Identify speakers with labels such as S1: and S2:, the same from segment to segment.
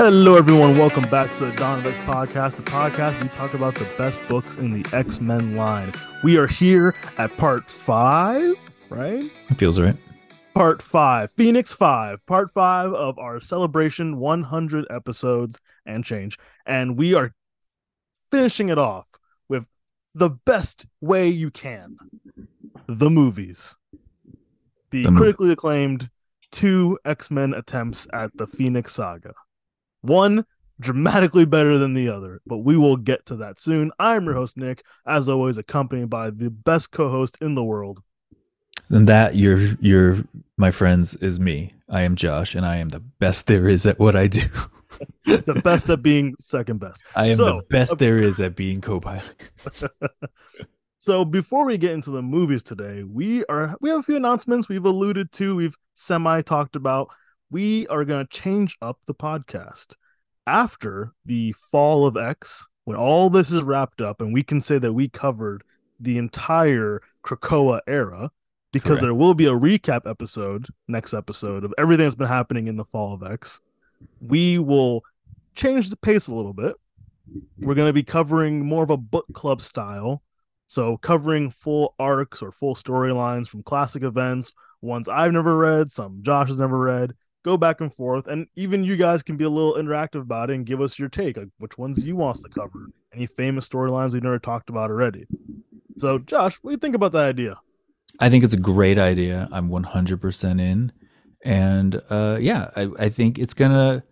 S1: Hello, everyone. Welcome back to the Dawn of X podcast, the podcast where we talk about the best books in the X Men line. We are here at part five, right?
S2: It feels right.
S1: Part five, Phoenix Five, part five of our celebration 100 episodes and change. And we are finishing it off with the best way you can the movies, the,
S2: The movie.
S1: critically acclaimed two X Men attempts at the Phoenix Saga. One dramatically better than the other, but we will get to that soon. I'm your host, Nick, as always, accompanied by the best co host in the world.
S2: And that your your my friends is me. I am Josh and I am the best there is at what I do.
S1: the best at being second best.
S2: I am
S1: So,
S2: the best there is at being co-pilot.
S1: So before we get into the movies today, we are we have a few announcements we've alluded to, we've semi talked about. We are going to change up the podcast after the fall of X, when all this is wrapped up and we can say that we covered the entire Krakoa era because
S2: Correct.
S1: there will be a recap episode next episode of everything that's been happening in the fall of X. We will change the pace a little bit. We're going to be covering more of a book club style. So, covering full arcs or full storylines from classic events, ones I've never read, some Josh has never read, go back and forth. And even you guys can be a little interactive about it and give us your take, like which ones you want us to cover, any famous storylines we've never talked about already. So, Josh, what do you think about that idea?
S2: I think it's a great idea. I'm 100% in. And uh, yeah, I, I think it's going to,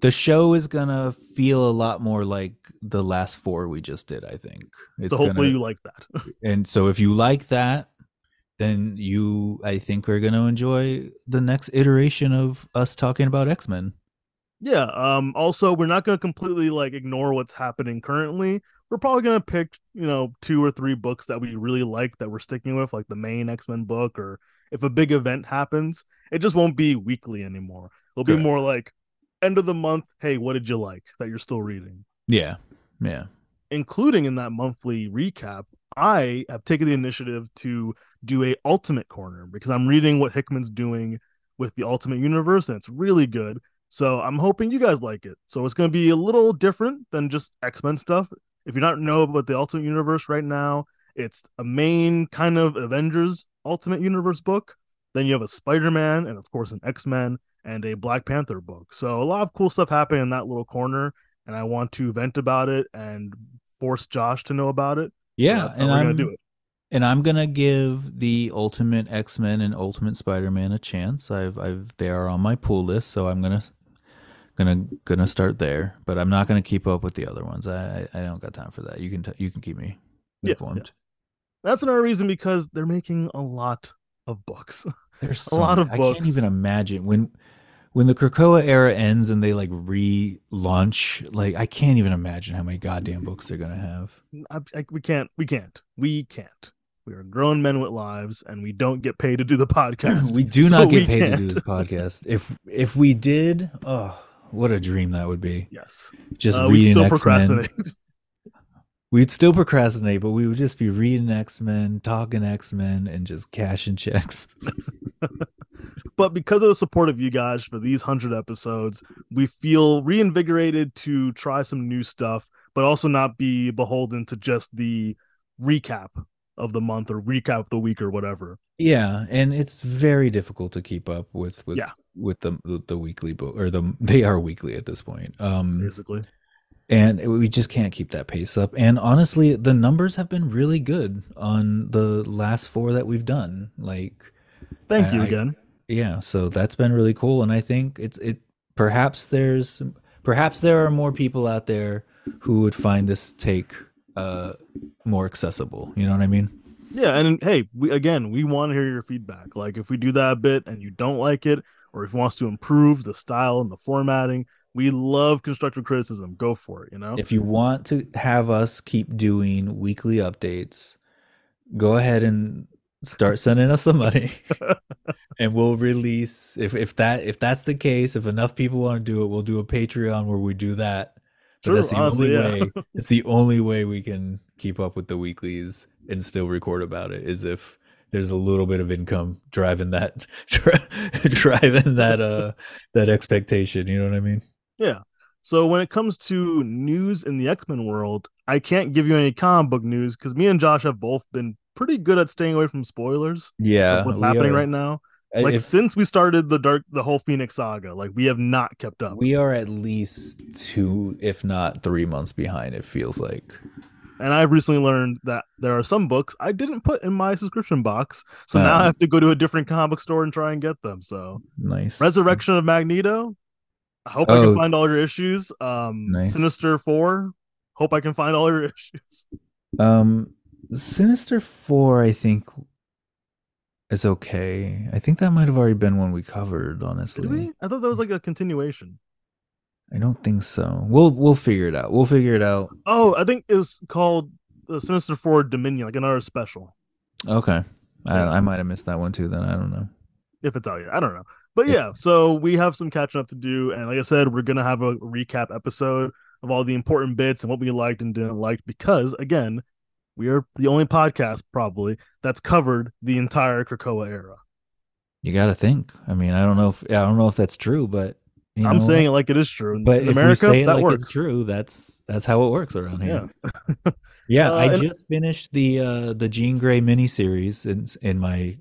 S2: the show is going to feel a lot more like the last four we just did, I think. It's
S1: so, hopefully,
S2: gonna,
S1: you like that.
S2: and so if you like that, then you, I think, are going to enjoy the next iteration of us talking about X Men.
S1: Yeah. Um. Also, we're not going to completely like ignore what's happening currently. We're probably going to pick, you know, two or three books that we really like that we're sticking with, like the main X Men book, or if a big event happens, it just won't be weekly anymore. It'll be
S2: Correct.
S1: more like end of the month. Hey, what did you like that you're still reading?
S2: Yeah. Yeah.
S1: Including in that monthly recap, I have taken the initiative to do a Ultimate Corner because I'm reading what Hickman's doing with the Ultimate Universe, and it's really good. So I'm hoping you guys like it. So it's going to be a little different than just X Men stuff. If you don't know about the Ultimate Universe right now, it's a main kind of Avengers Ultimate Universe book. Then you have a Spider Man, and of course, an X Men and a Black Panther book. So a lot of cool stuff happening in that little corner, and I want to vent about it and force Josh to know about it. So
S2: Yeah.
S1: that's how we're going to do it.
S2: And I'm gonna give the Ultimate X Men and Ultimate Spider Man a chance. I've I've they are on my pool list, so I'm gonna gonna gonna start there. But I'm not gonna keep up with the other ones. I I I don't got time for that. You can t- you can keep me
S1: Yeah,
S2: informed.
S1: That's another reason because they're making a lot of books.
S2: There's
S1: A lot
S2: many-
S1: of
S2: I
S1: books.
S2: can't even imagine when when the Krakoa era ends and they like relaunch. Like I can't even imagine how many goddamn books they're gonna have.
S1: I, I, we can't, we can't, we can't. We are grown men with lives, and we don't get paid to do the podcast.
S2: we do
S1: so
S2: not
S1: we
S2: get paid to do
S1: can't.
S2: this podcast. If if we did, oh, what a dream that would be.
S1: Yes,
S2: Just
S1: Uh,
S2: reading
S1: we'd still
S2: X-Men.
S1: procrastinate.
S2: We'd still procrastinate, but we would just be reading X Men, talking X Men, and just cashing checks.
S1: but because of the support of you guys for these 100 episodes we feel reinvigorated to try some new stuff but also not be beholden to just the recap of the month or recap of the week or whatever
S2: Yeah, and it's very difficult to keep up with with
S1: Yeah.
S2: with the with the weekly book or the they are weekly at this point. Um,
S1: basically
S2: and we just can't keep that pace up. And honestly, the numbers have been really good on the last four that we've done. Like
S1: thank you
S2: I- I-
S1: again
S2: yeah so that's been really cool and i think it's it perhaps there's perhaps there are more people out there who would find this take uh more accessible you know what i mean
S1: yeah and hey we again we want to hear your feedback like if we do that a bit and you don't like it or if you want us to improve the style and the formatting we love constructive criticism go for it you know
S2: if you want to have us keep doing weekly updates go ahead and start sending us some money and we'll release if if that if that's the case if enough people want to do it we'll do a patreon where we do that but
S1: Sure,
S2: that's the
S1: honestly,
S2: only
S1: yeah.
S2: way it's the only way we can keep up with the weeklies and still record about it is if there's a little bit of income driving that driving that uh that expectation you know what i mean
S1: Yeah. So when it comes to news in the X Men world, I can't give you any comic book news because me and Josh have both been pretty good at staying away from spoilers.
S2: Yeah,
S1: of what's
S2: we
S1: happening
S2: are-
S1: right now?
S2: I-
S1: Like
S2: if-
S1: since we started the dark, the whole Phoenix saga, like we have not kept up.
S2: we are at least two, if not three months behind. It feels like.
S1: and I've recently learned that there are some books I didn't put in my subscription box, so now I
S2: Oh.
S1: have to go to a different comic book store and try and get them. So
S2: Nice.
S1: Resurrection of Magneto. I hope I
S2: Oh.
S1: can find all your issues. Um,
S2: Nice.
S1: Sinister Four. Hope I can find all your issues.
S2: Um, Sinister Four, I think, is okay. I think that might have already been one we covered. Honestly,
S1: Did we? I thought that was like a continuation.
S2: I don't think so. We'll we'll figure it out. We'll figure it out.
S1: Oh, I think it was called the Sinister Four Dominion, like another special,
S2: Okay. I,
S1: Yeah.
S2: I might have missed that one too. Then I don't know.
S1: if it's out yet. I don't know. But
S2: Yeah.
S1: yeah, so we have some catching up to do, and like I said, we're gonna have a recap episode of all the important bits and what we liked and didn't like because again, we are the only podcast probably that's covered the entire Krakoa era.
S2: You got to think. I mean, I don't know if I don't know if that's true, but you
S1: I'm
S2: know,
S1: saying it like it is true. In
S2: but if we
S1: America,
S2: say it
S1: that
S2: like
S1: works.
S2: it's true, that's that's how it works around
S1: Yeah.
S2: here. Yeah,
S1: Uh,
S2: I
S1: and-
S2: just finished the uh the Jean Grey miniseries in in my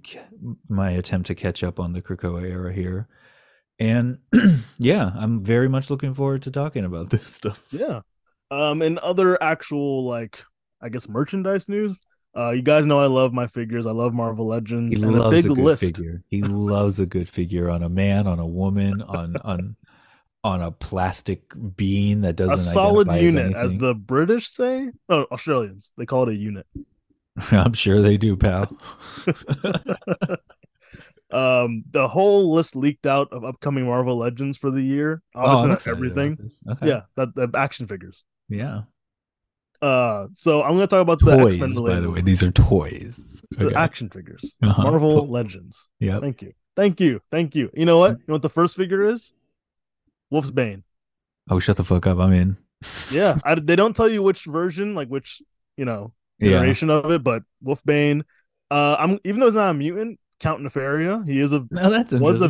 S2: my attempt to catch up on the Krakoa era here. And yeah, I'm very much looking forward to talking about this stuff.
S1: Yeah. Um, and other actual like I guess merchandise news. Uh, you guys know I love my figures. I love Marvel Legends.
S2: He
S1: and
S2: loves
S1: a big
S2: a good
S1: list.
S2: figure. He loves a good figure on a man, on a woman, on on on a plastic bean that doesn't
S1: A solid
S2: identify
S1: unit, as,
S2: anything.
S1: the British say. Oh, Australians. They call it a unit.
S2: I'm sure they do, pal.
S1: Um, the whole list leaked out of upcoming Marvel Legends for the year.
S2: Oh, I'm
S1: Obviously, not
S2: excited about
S1: everything.
S2: this. Okay.
S1: Yeah, that the action figures.
S2: Yeah.
S1: Uh, so I'm gonna talk about the
S2: Toys,
S1: X-Men
S2: by
S1: related-
S2: the way. These are toys.
S1: the
S2: Okay.
S1: action figures.
S2: Uh-huh.
S1: Marvel
S2: To-
S1: Legends.
S2: Yep. Hmm.
S1: Thank you. Thank you. Thank you. You know what? You know what the first figure is? Wolf's Bane.
S2: Oh, shut the fuck up. I'm in.
S1: Yeah. I, they don't tell you which version, like which, you know,
S2: Yeah.
S1: iteration of it, but Wolf Bane. Uh I'm even though he's not a mutant, Count Nefaria, he is a
S2: No, that's
S1: was a
S2: interesting.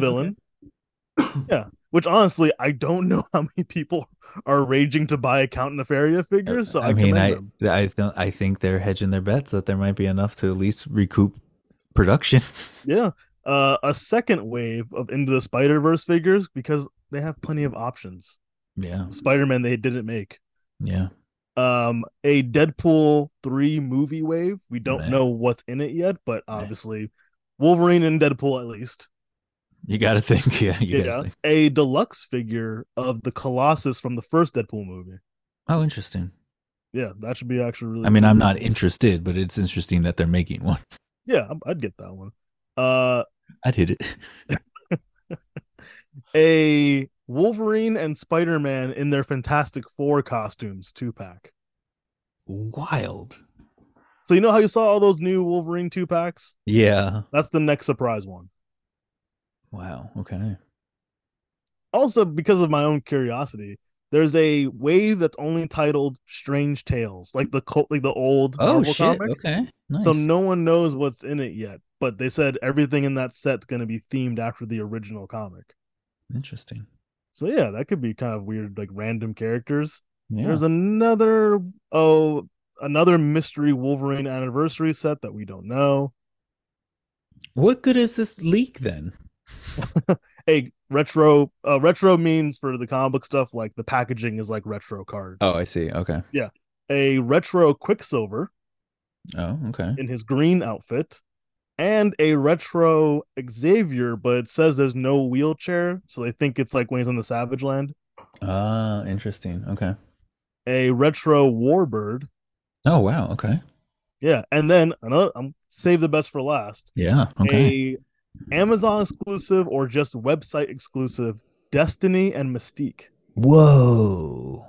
S1: villain. yeah. Which honestly, I don't know how many people are raging to buy a Count Nefaria figure, so I,
S2: I mean,
S1: commend
S2: I
S1: them.
S2: I, th- I think they're hedging their bets that there might be enough to at least recoup production.
S1: Yeah. Uh, a second wave of Into the Spider Verse figures because they have plenty of options.
S2: yeah.
S1: Spider Man they didn't make.
S2: Yeah.
S1: um a Deadpool 3 movie wave. We don't
S2: Meh.
S1: know what's in it yet, but
S2: Meh.
S1: obviously Wolverine and Deadpool at least.
S2: You got to think. Yeah. You got
S1: yeah.
S2: to think.
S1: A deluxe figure of the Colossus from the first Deadpool movie.
S2: Oh, interesting.
S1: Yeah, that should be actually really
S2: I mean,
S1: cool.
S2: I'm not interested, but it's interesting that they're making one.
S1: Yeah, I'm- I'd get that one. Uh
S2: I did it.
S1: a Wolverine and Spider-Man in their Fantastic 4 costumes two-pack.
S2: Wild.
S1: So you know how you saw all those new Wolverine two-packs?
S2: Yeah.
S1: That's the next surprise one.
S2: Wow. Okay.
S1: also because of my own curiosity there's a wave that's only titled strange tales like the cult like the old
S2: Oh
S1: Marvel
S2: shit.
S1: comic
S2: Okay. Nice.
S1: so no one knows what's in it yet but they said everything in that set's going to be themed after the original comic
S2: Interesting.
S1: so yeah that could be kind of weird like random characters
S2: Yeah.
S1: there's another oh another mystery wolverine anniversary set that we don't know
S2: What good is this leak then?
S1: hey retro uh, retro means for the comic book stuff like the packaging is like retro card
S2: Oh, I see. Okay.
S1: a retro quicksilver
S2: Oh, okay.
S1: in his green outfit and a retro Xavier, but it says there's no wheelchair, so they think it's like when he's on the Savage Land.
S2: Ah, interesting. Okay.
S1: A retro Warbird,
S2: Oh, wow. Okay.
S1: yeah, and then another. I'm save the best for last.
S2: Yeah. Okay.
S1: A Amazon exclusive or just website exclusive Destiny and Mystique.
S2: Whoa.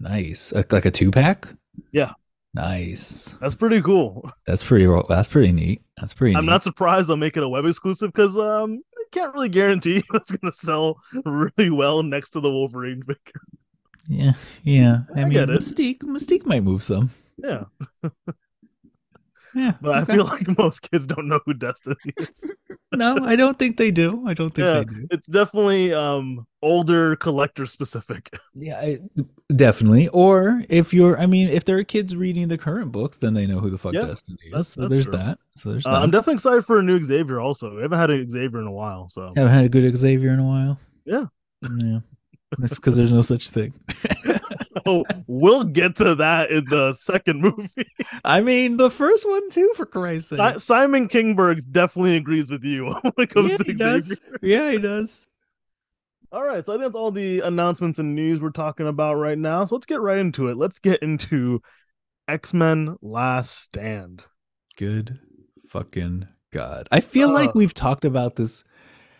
S2: Nice. Like, like a two pack?
S1: Yeah.
S2: Nice.
S1: That's pretty cool.
S2: That's pretty. ro- That's pretty neat. That's pretty.
S1: I'm
S2: neat.
S1: not surprised they'll make it a web exclusive because um, I can't really guarantee it's gonna sell really well next to the Wolverine figure.
S2: Yeah. Yeah.
S1: I
S2: I, mean,
S1: get it.
S2: Mystique. Mystique might move some.
S1: Yeah,
S2: Yeah.
S1: but I
S2: okay.
S1: feel like most kids don't know who Destiny is.
S2: no, I don't think they do. I don't think
S1: Yeah.
S2: they do.
S1: It's definitely um older collector specific.
S2: Yeah, I, definitely. Or if you're, I mean, if there are kids reading the current books, then they know who the fuck
S1: Yeah,
S2: Destiny is.
S1: that's-
S2: so
S1: that's
S2: there's
S1: true.
S2: that. So there's
S1: Uh,
S2: that.
S1: I'm definitely excited for a new Xavier. Also, we haven't had a Xavier in a while, so
S2: Haven't had a good Xavier in a while.
S1: Yeah.
S2: Yeah. That's because there's no such thing.
S1: oh, we'll get to that in the second movie.
S2: I mean, the first one too, for Christ's sake.
S1: Si- Simon Kingberg definitely agrees with you when it comes
S2: yeah,
S1: to
S2: he
S1: Xavier.
S2: does. Yeah, he does.
S1: All right, so I think that's all the announcements and news we're talking about right now. So let's get right into it. Let's get into X Men Last Stand.
S2: Good fucking god. I feel like
S1: Uh.
S2: we've talked about this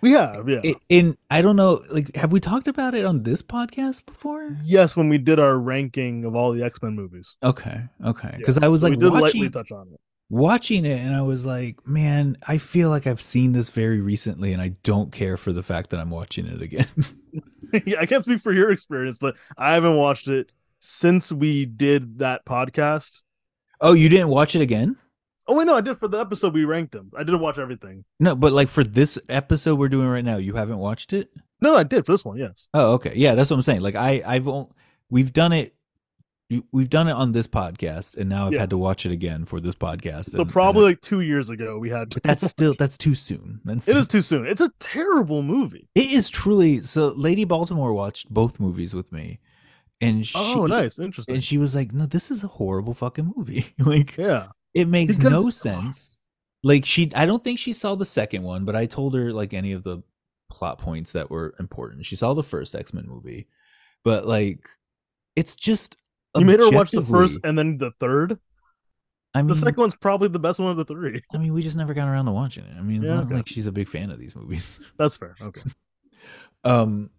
S1: We have, yeah.
S2: i- in I don't know, like have we talked about it on this podcast before?
S1: yes, when we did our ranking of all the X Men movies,
S2: Okay, okay.
S1: Yeah.
S2: Because I was
S1: So
S2: like
S1: we did lightly
S2: watching,
S1: touch on it.
S2: watching it and I was like, man, I feel like I've seen this very recently and I don't care for the fact that I'm watching it again.
S1: yeah, I can't speak for your experience, but I haven't watched it since we did that podcast.
S2: oh, you didn't watch it again?
S1: Oh wait, no, I did for the episode we ranked them. I didn't watch everything.
S2: No, but like for this episode we're doing right now, you haven't watched it?
S1: No, I did for this one. Yes.
S2: Oh, okay. Yeah, that's what I'm saying. Like I I've only, we've done it you- we've done it on this podcast and now I've
S1: Yeah.
S2: had to watch it again for this podcast.
S1: So
S2: and-
S1: probably
S2: and
S1: like two years ago we had. To...
S2: I- that's still that's too soon. That's
S1: It
S2: too-
S1: is too soon. It's a terrible movie.
S2: it is truly so Lady Baltimore watched both movies with me and she
S1: Oh, nice, interesting.
S2: and she was like, "No, this is a horrible fucking movie. like
S1: Yeah.
S2: it makes
S1: Because-
S2: no sense." Like she I don't think she saw the second one, but I told her like any of the plot points that were important. She saw the first X-Men movie. But like it's just
S1: You made her watch the first
S2: objectively- Mm-hmm.
S1: and then the third.
S2: I mean,
S1: The second one's probably the best one of the three.
S2: I mean, we just never got around to watching it. I mean, it's
S1: Yeah,
S2: not
S1: okay.
S2: like she's a big fan of these movies.
S1: That's fair. Okay.
S2: Um,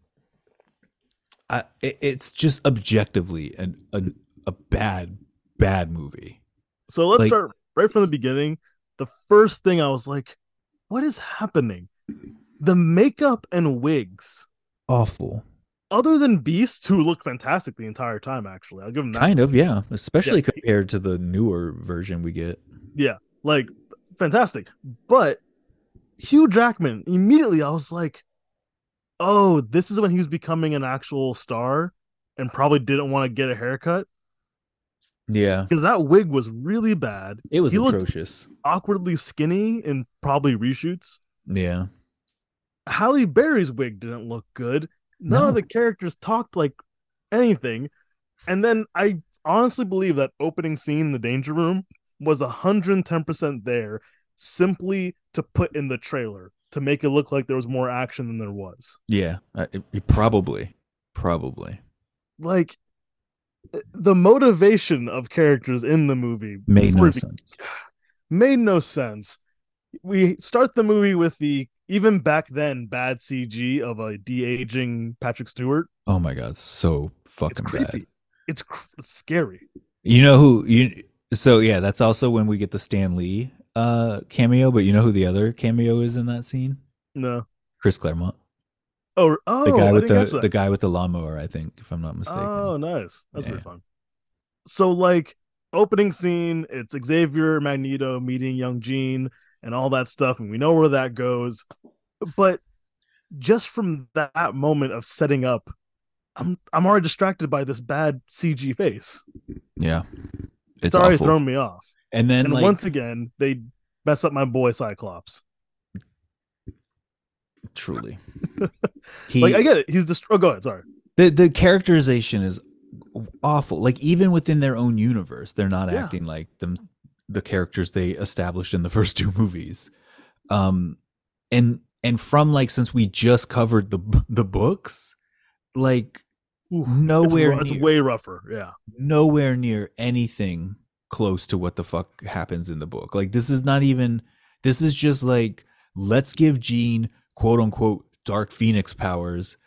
S2: I it, it's just objectively an, an a bad bad movie.
S1: So let's
S2: Like-
S1: start right from the beginning. The first thing I was like, what is happening? The makeup and wigs,
S2: Awful,
S1: other than Beast, who looked fantastic the entire time, actually. I'll give him that.
S2: kind of yeah. Especially compared to the newer version we get.
S1: Like, fantastic. But Hugh Jackman, immediately I was like, oh, this is when he was becoming an actual star and probably didn't want to get a haircut
S2: Yeah,
S1: because that wig was really bad,
S2: it was
S1: He looked-
S2: atrocious.
S1: awkwardly skinny, and probably reshoots.
S2: Yeah,
S1: Halle Berry's wig didn't look good. None
S2: No.
S1: of the characters talked like anything. And then I honestly believe that opening scene in the danger room was 110% there simply to put in the trailer to make it look like there was more action than there was.
S2: yeah. I, it- it probably, probably
S1: Like the motivation of characters in the movie
S2: made
S1: before
S2: no
S1: it be-
S2: sense.
S1: made no sense. We start the movie with the even back then bad CG of a de-aging Patrick Stewart.
S2: Oh my god, so
S1: it's
S2: fucking
S1: creepy.
S2: bad.
S1: It's, cr- it's scary.
S2: You know who you so yeah, that's also when we get the Stan Lee uh cameo, but you know who the other cameo is in that scene?
S1: No.
S2: Chris Claremont.
S1: Oh, oh,
S2: The guy
S1: I
S2: with
S1: didn't catch
S2: the
S1: that.
S2: the guy with the lawnmower, I think, if I'm not mistaken.
S1: Oh, nice. That's
S2: Yeah.
S1: pretty fun. So, like, opening scene, it's Xavier, Magneto meeting young Jean and all that stuff. And we know where that goes. But just from that moment of setting up, I'm I'm already distracted by this bad CG face.
S2: Yeah. It's,
S1: It's, already
S2: awful.
S1: thrown me off.
S2: and then
S1: And,
S2: like
S1: once again, they mess up my boy Cyclops.
S2: truly. he,
S1: like, I get it. He's just, oh, go ahead. Sorry.
S2: the the characterization is awful. Like even within their own universe, they're not
S1: Yeah.
S2: acting like them the characters they established in the first two movies. Um and and from like since we just covered the b- the books, like
S1: Oof, It's,
S2: nowhere
S1: ru- it's
S2: near,
S1: way rougher. Yeah.
S2: nowhere near anything close to what the fuck happens in the book. Like this is not even this is just like let's give Jean quote unquote dark phoenix powers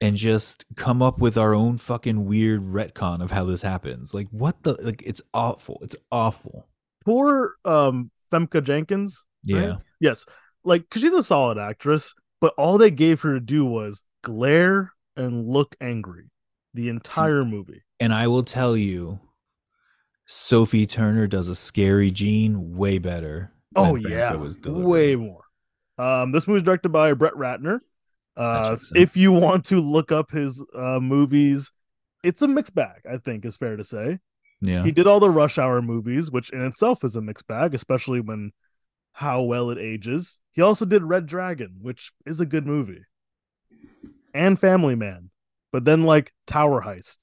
S2: and just come up with our own fucking weird retcon of how this happens. Like what the like it's awful. It's awful.
S1: poor um Femke Jenkins.
S2: Yeah.
S1: Right? Yes. Like cuz she's a solid actress, but all they gave her to do was glare and look angry the entire movie.
S2: And I will tell you Sophie Turner does a scary Jean way better.
S1: Oh
S2: than Famke
S1: yeah.
S2: was delivering.
S1: Way more. Um, this movie is directed by Brett Ratner. Uh,
S2: Hutchinson.
S1: if you want to look up his uh, movies, it's a mixed bag. I think is fair to say.
S2: Yeah.
S1: He did all the Rush Hour movies, which in itself is a mixed bag, especially when how well it ages. He also did Red Dragon, which is a good movie, and Family Man, but then like Tower Heist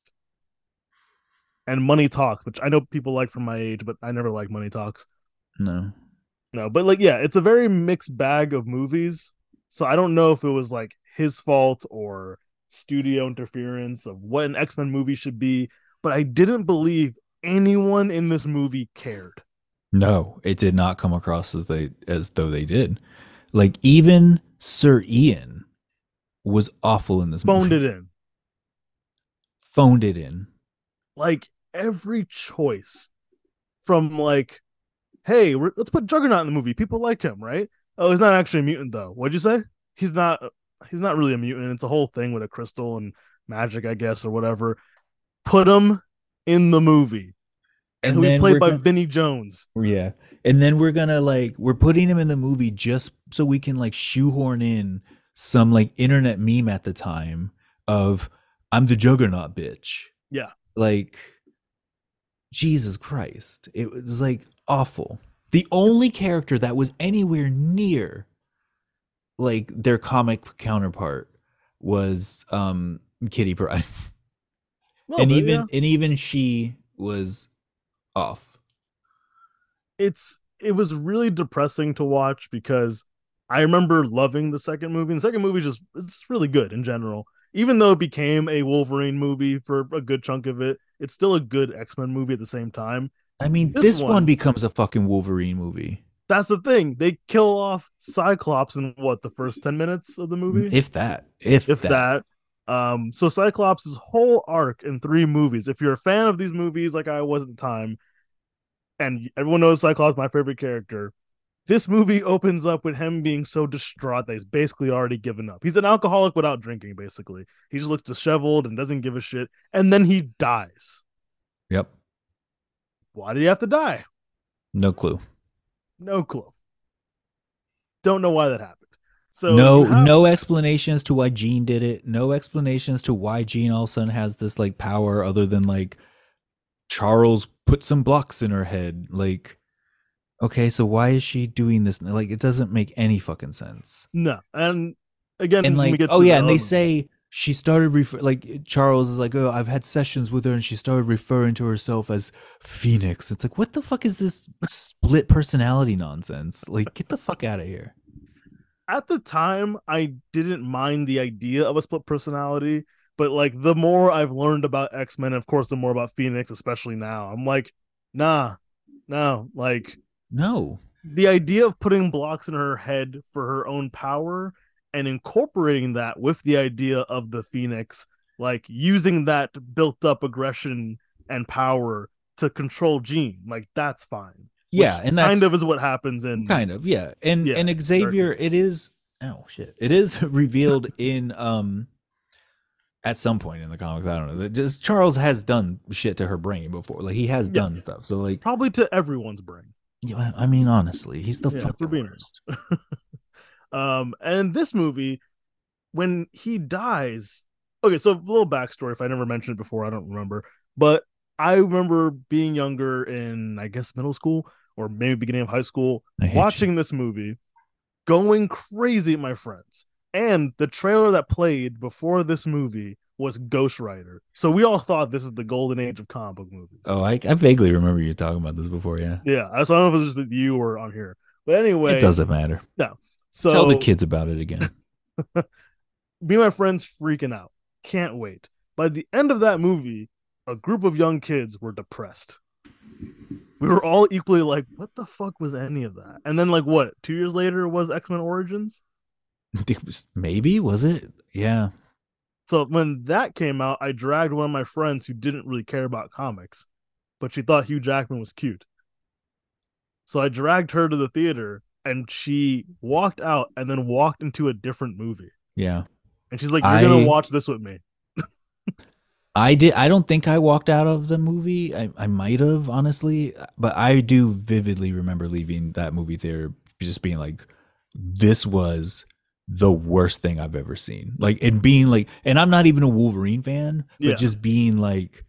S1: and Money Talks, which I know people like from my age, but I never like Money Talks.
S2: no.
S1: No, but like, yeah, it's a very mixed bag of movies. So I don't know if it was like his fault or studio interference of what an X Men movie should be, but I didn't believe anyone in this movie cared.
S2: No, it did not come across as they as though they did. Like even Sir Ian was awful in this
S1: Phoned
S2: movie.
S1: it in.
S2: Phoned it in.
S1: Like every choice from like, hey, we're, let's put Juggernaut in the movie. People like him, right? Oh, he's not actually a mutant though. What'd you say? He's not. He's not really a mutant. It's a whole thing with a crystal and magic, I guess, or whatever. Put him in the movie. and who he
S2: then
S1: played
S2: we're
S1: by
S2: gonna-
S1: Vinnie Jones.
S2: Yeah. And then we're gonna like we're putting him in the movie just so we can like shoehorn in some like internet meme at the time of I'm the juggernaut bitch.
S1: Yeah.
S2: Like Jesus Christ. It was like awful. The only character that was anywhere near like their comic counterpart was um Kitty Pride.
S1: Well,
S2: and
S1: but,
S2: even
S1: Oh, yeah,
S2: and even she was off.
S1: it's it was really depressing to watch because I remember loving the second movie. And the second movie just it's really good in general. Even though it became a Wolverine movie for a good chunk of it, it's still a good X Men movie at the same time.
S2: I mean,
S1: This
S2: this, one,
S1: one-
S2: becomes a fucking Wolverine movie,
S1: That's the thing. They kill off Cyclops in what the first ten minutes of the movie,
S2: if that, if,
S1: if
S2: that.
S1: that. Um, so Cyclops' whole arc in three movies. If you're a fan of these movies, like I was at the time, and everyone knows Cyclops my favorite character. This movie opens up with him being so distraught that he's basically already given up. He's an alcoholic without drinking, basically. He just looks disheveled and doesn't give a shit. And then he dies.
S2: Yep,
S1: Why did he have to die?
S2: no clue.
S1: No clue. Don't know why that happened. So
S2: no,
S1: you have-
S2: no explanations to why Jean did it. No explanations to why Jean all of a sudden has this like power other than like Charles put some blocks in her head. Like, okay, so why is she doing this? Like, it doesn't make any fucking sense.
S1: no. And again,
S2: and
S1: when we
S2: like
S1: get
S2: oh
S1: to
S2: yeah
S1: the um,
S2: and they
S1: other-
S2: say she started refer like charles is like oh i've had sessions with her and she started referring to herself as phoenix it's like what the fuck is this split personality nonsense like get the fuck out of here
S1: at the time I didn't mind the idea of a split personality, but like the more I've learned about X-Men, of course, the more about Phoenix, especially now. I'm like, nah, no, like
S2: no
S1: the idea of putting blocks in her head for her own power and incorporating that with the idea of the Phoenix, like using that built up aggression and power to control Jean, like that's fine.
S2: yeah
S1: Which
S2: and that's
S1: kind of is what happens in
S2: kind of yeah and
S1: Yeah,
S2: and xavier
S1: Dark
S2: it is oh shit it is revealed in um at some point in the comics i don't know that just charles has done shit to her brain before like he has
S1: Yeah.
S2: done stuff so like
S1: probably to everyone's brain.
S2: yeah, I- i mean honestly he's the
S1: Yeah, if we're
S2: fucking
S1: being
S2: worst
S1: Um, and in this movie, when he dies, okay, so a little backstory. If I never mentioned it before, I don't remember, but I remember being younger in, I guess, middle school or maybe beginning of high school,
S2: I hate you.
S1: watching this movie, going crazy, at my friends. And the trailer that played before this movie was Ghost Rider. So we all thought this is the golden age of comic book movies.
S2: Oh, I, I vaguely remember you talking about this before. Yeah,
S1: Yeah, so I don't know if it was with you or on here, but anyway,
S2: it doesn't matter.
S1: So
S2: Tell the kids about it again.
S1: me and my friends freaking out. Can't wait. By the end of that movie, a group of young kids were depressed. We were all equally like, what the fuck was any of that? And then, like, what, two years later was X Men Origins?
S2: It was- Maybe was it? Yeah.
S1: So when that came out, I dragged one of my friends who didn't really care about comics, but she thought Hugh Jackman was cute. So I dragged her to the theater and she walked out and then walked into a different movie.
S2: Yeah.
S1: And she's like, You're going
S2: I-
S1: to watch this with me.
S2: I did. I don't think I walked out of the movie. I, I might have honestly, but I do vividly remember leaving that movie theater just being like, this was the worst thing I've ever seen. Like and being like, and I'm not even a Wolverine fan, but
S1: Yeah.
S2: just being like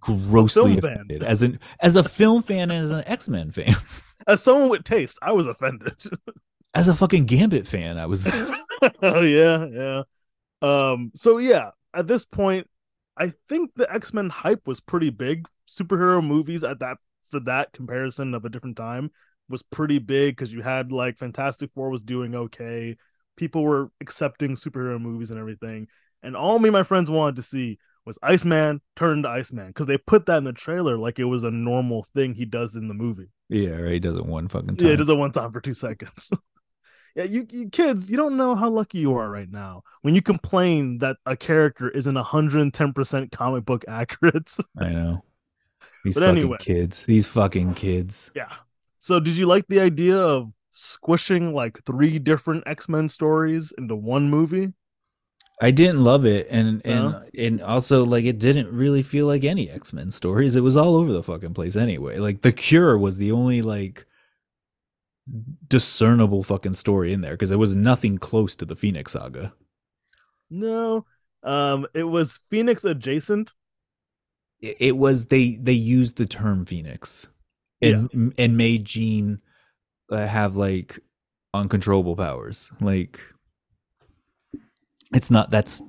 S2: grossly
S1: film fan.
S2: offended as an as a film fan and as an X Men fan,
S1: As someone with taste, I was offended.
S2: as a fucking Gambit fan, I was.
S1: oh yeah, yeah. Um, so yeah, at this point, I think the X Men hype was pretty big. Superhero movies at that for that comparison of a different time was pretty big because you had like Fantastic Four was doing okay, people were accepting superhero movies and everything, and all me and my friends wanted to see was Iceman turn into Iceman because they put that in the trailer like it was a normal thing he does in the movie.
S2: Yeah, right. He does it one fucking time.
S1: Yeah, it is a one time for two seconds. yeah, you, you kids, you don't know how lucky you are right now when you complain that a character isn't 110% comic book accurate.
S2: I know. These
S1: But
S2: fucking
S1: anyway.
S2: kids. These fucking kids.
S1: yeah. So, did you like the idea of squishing like three different X Men stories into one movie?
S2: I didn't love it, and and
S1: No?
S2: and also like it didn't really feel like any X Men stories. It was all over the fucking place anyway. Like the Cure was the only like discernible fucking story in there because it was nothing close to the Phoenix Saga.
S1: No. Um, it was Phoenix adjacent.
S2: It, it was they they used the term Phoenix, and and made Jean uh, have like uncontrollable powers. Like it's not that's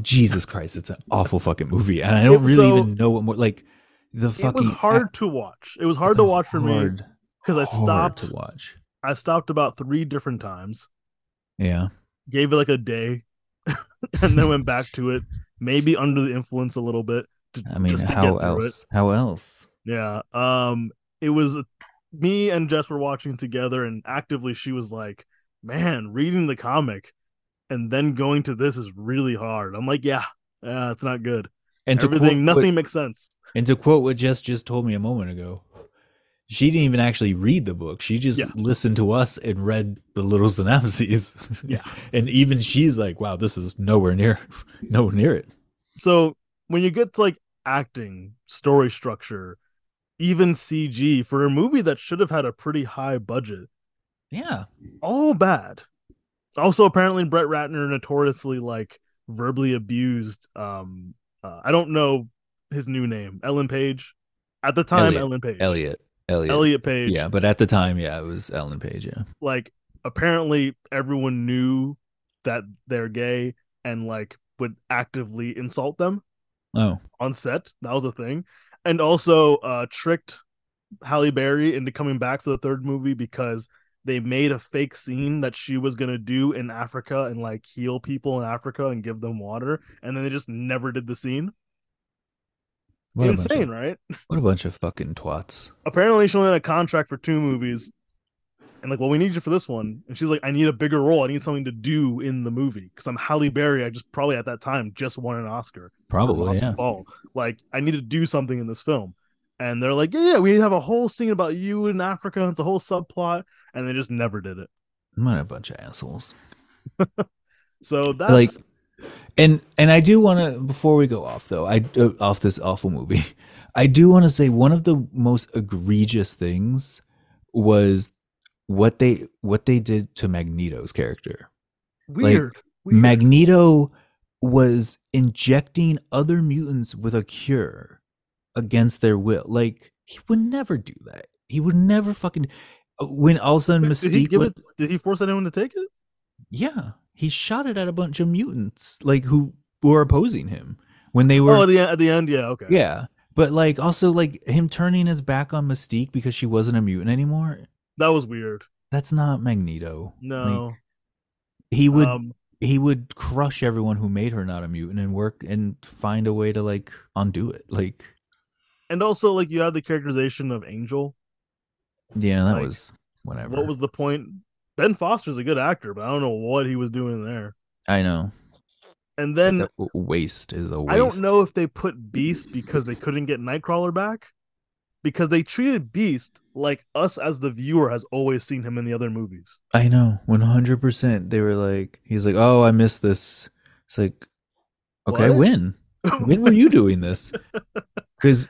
S2: Jesus Christ. It's an awful fucking movie, and I don't
S1: It-
S2: really
S1: so-
S2: even know what more like the fucking.
S1: It was hard to watch. It was hard to watch for me
S2: hard-
S1: because I
S2: hard
S1: stopped.
S2: to watch.
S1: I stopped about three different times.
S2: Yeah,
S1: gave it like a day and then went back to it maybe under the influence a little bit to,
S2: I mean,
S1: just to
S2: how
S1: get through
S2: else? How else?
S1: it yeah um it was me and jess were watching together and actively she was like man reading the comic and then going to this is really hard i'm like yeah yeah it's not good
S2: And to
S1: everything
S2: quote,
S1: nothing makes sense
S2: And to quote what Jess just told me a moment ago, she didn't even actually read the book. She just
S1: Yeah.
S2: listened to us and read the little synopses.
S1: Yeah.
S2: and even she's like, "Wow, this is nowhere near, nowhere near it."
S1: so when you get to like acting story structure even cg for a movie that should have had a pretty high budget
S2: Yeah.
S1: all bad. Also, apparently, Brett Ratner notoriously like verbally abused. Um, uh, I don't know his new name, Ellen Page. At the time,
S2: Elliot.
S1: Ellen Page,
S2: Elliot. Elliot.
S1: Elliot Page.
S2: Yeah, but at the time, yeah, it was Ellen Page. Yeah.
S1: Like, apparently, everyone knew that they're gay and like would actively insult them
S2: Oh,
S1: on set. That was a thing, and also uh, tricked Halle Berry into coming back for the third movie because they made a fake scene that she was gonna do in Africa and like heal people in Africa and give them water, and then they just never did the scene.
S2: what a bunch of-
S1: Insane, right?
S2: what a bunch of fucking twats.
S1: Apparently, she only had a contract for two movies, and like, well, we need you for this one, and she's like, I need a bigger role. I need something to do in the movie because I'm Halle Berry. I just probably at that time just won an Oscar.
S2: Probably.
S1: Lost
S2: Yeah.
S1: Ball. Like, I need to do something in this film. And they're like, yeah, yeah, we have a whole scene about you in Africa. and It's a whole subplot. And they just never did it.
S2: What a bunch of assholes.
S1: So that's
S2: Like- And and I do want to before we go off though, I uh, off this awful movie. I do want to say one of the most egregious things was what they what they did to Magneto's character.
S1: weird. weird.
S2: Magneto was injecting other mutants with a cure against their will. Like he would never do that. He would never fucking uh, when all of a sudden
S1: Wait, did, he
S2: Mystique
S1: give
S2: was,
S1: it, did he force anyone to take it?
S2: yeah, he shot it at a bunch of mutants like who were opposing him when they were
S1: oh, at the, at the end. Yeah. Okay.
S2: Yeah. But like also like him turning his back on Mystique because she wasn't a mutant anymore,
S1: That was weird.
S2: that's not Magneto. Like,
S1: No.
S2: he would
S1: um,
S2: he would crush everyone who made her not a mutant and work and find a way to like undo it. Like
S1: and also, like, you had the characterization of Angel.
S2: yeah, that
S1: Like,
S2: was whatever.
S1: What was the point? Ben Foster's a good actor, but I don't know what he was doing there.
S2: I know.
S1: And
S2: but
S1: then
S2: that w- waste is a waste.
S1: I don't know if they put Beast because they couldn't get Nightcrawler back, because they treated Beast like us as the viewer has always seen him in the other movies.
S2: I know. One hundred percent. They were like he's like, Oh, I missed this. It's like Okay,
S1: What?
S2: when? when were you doing this? Because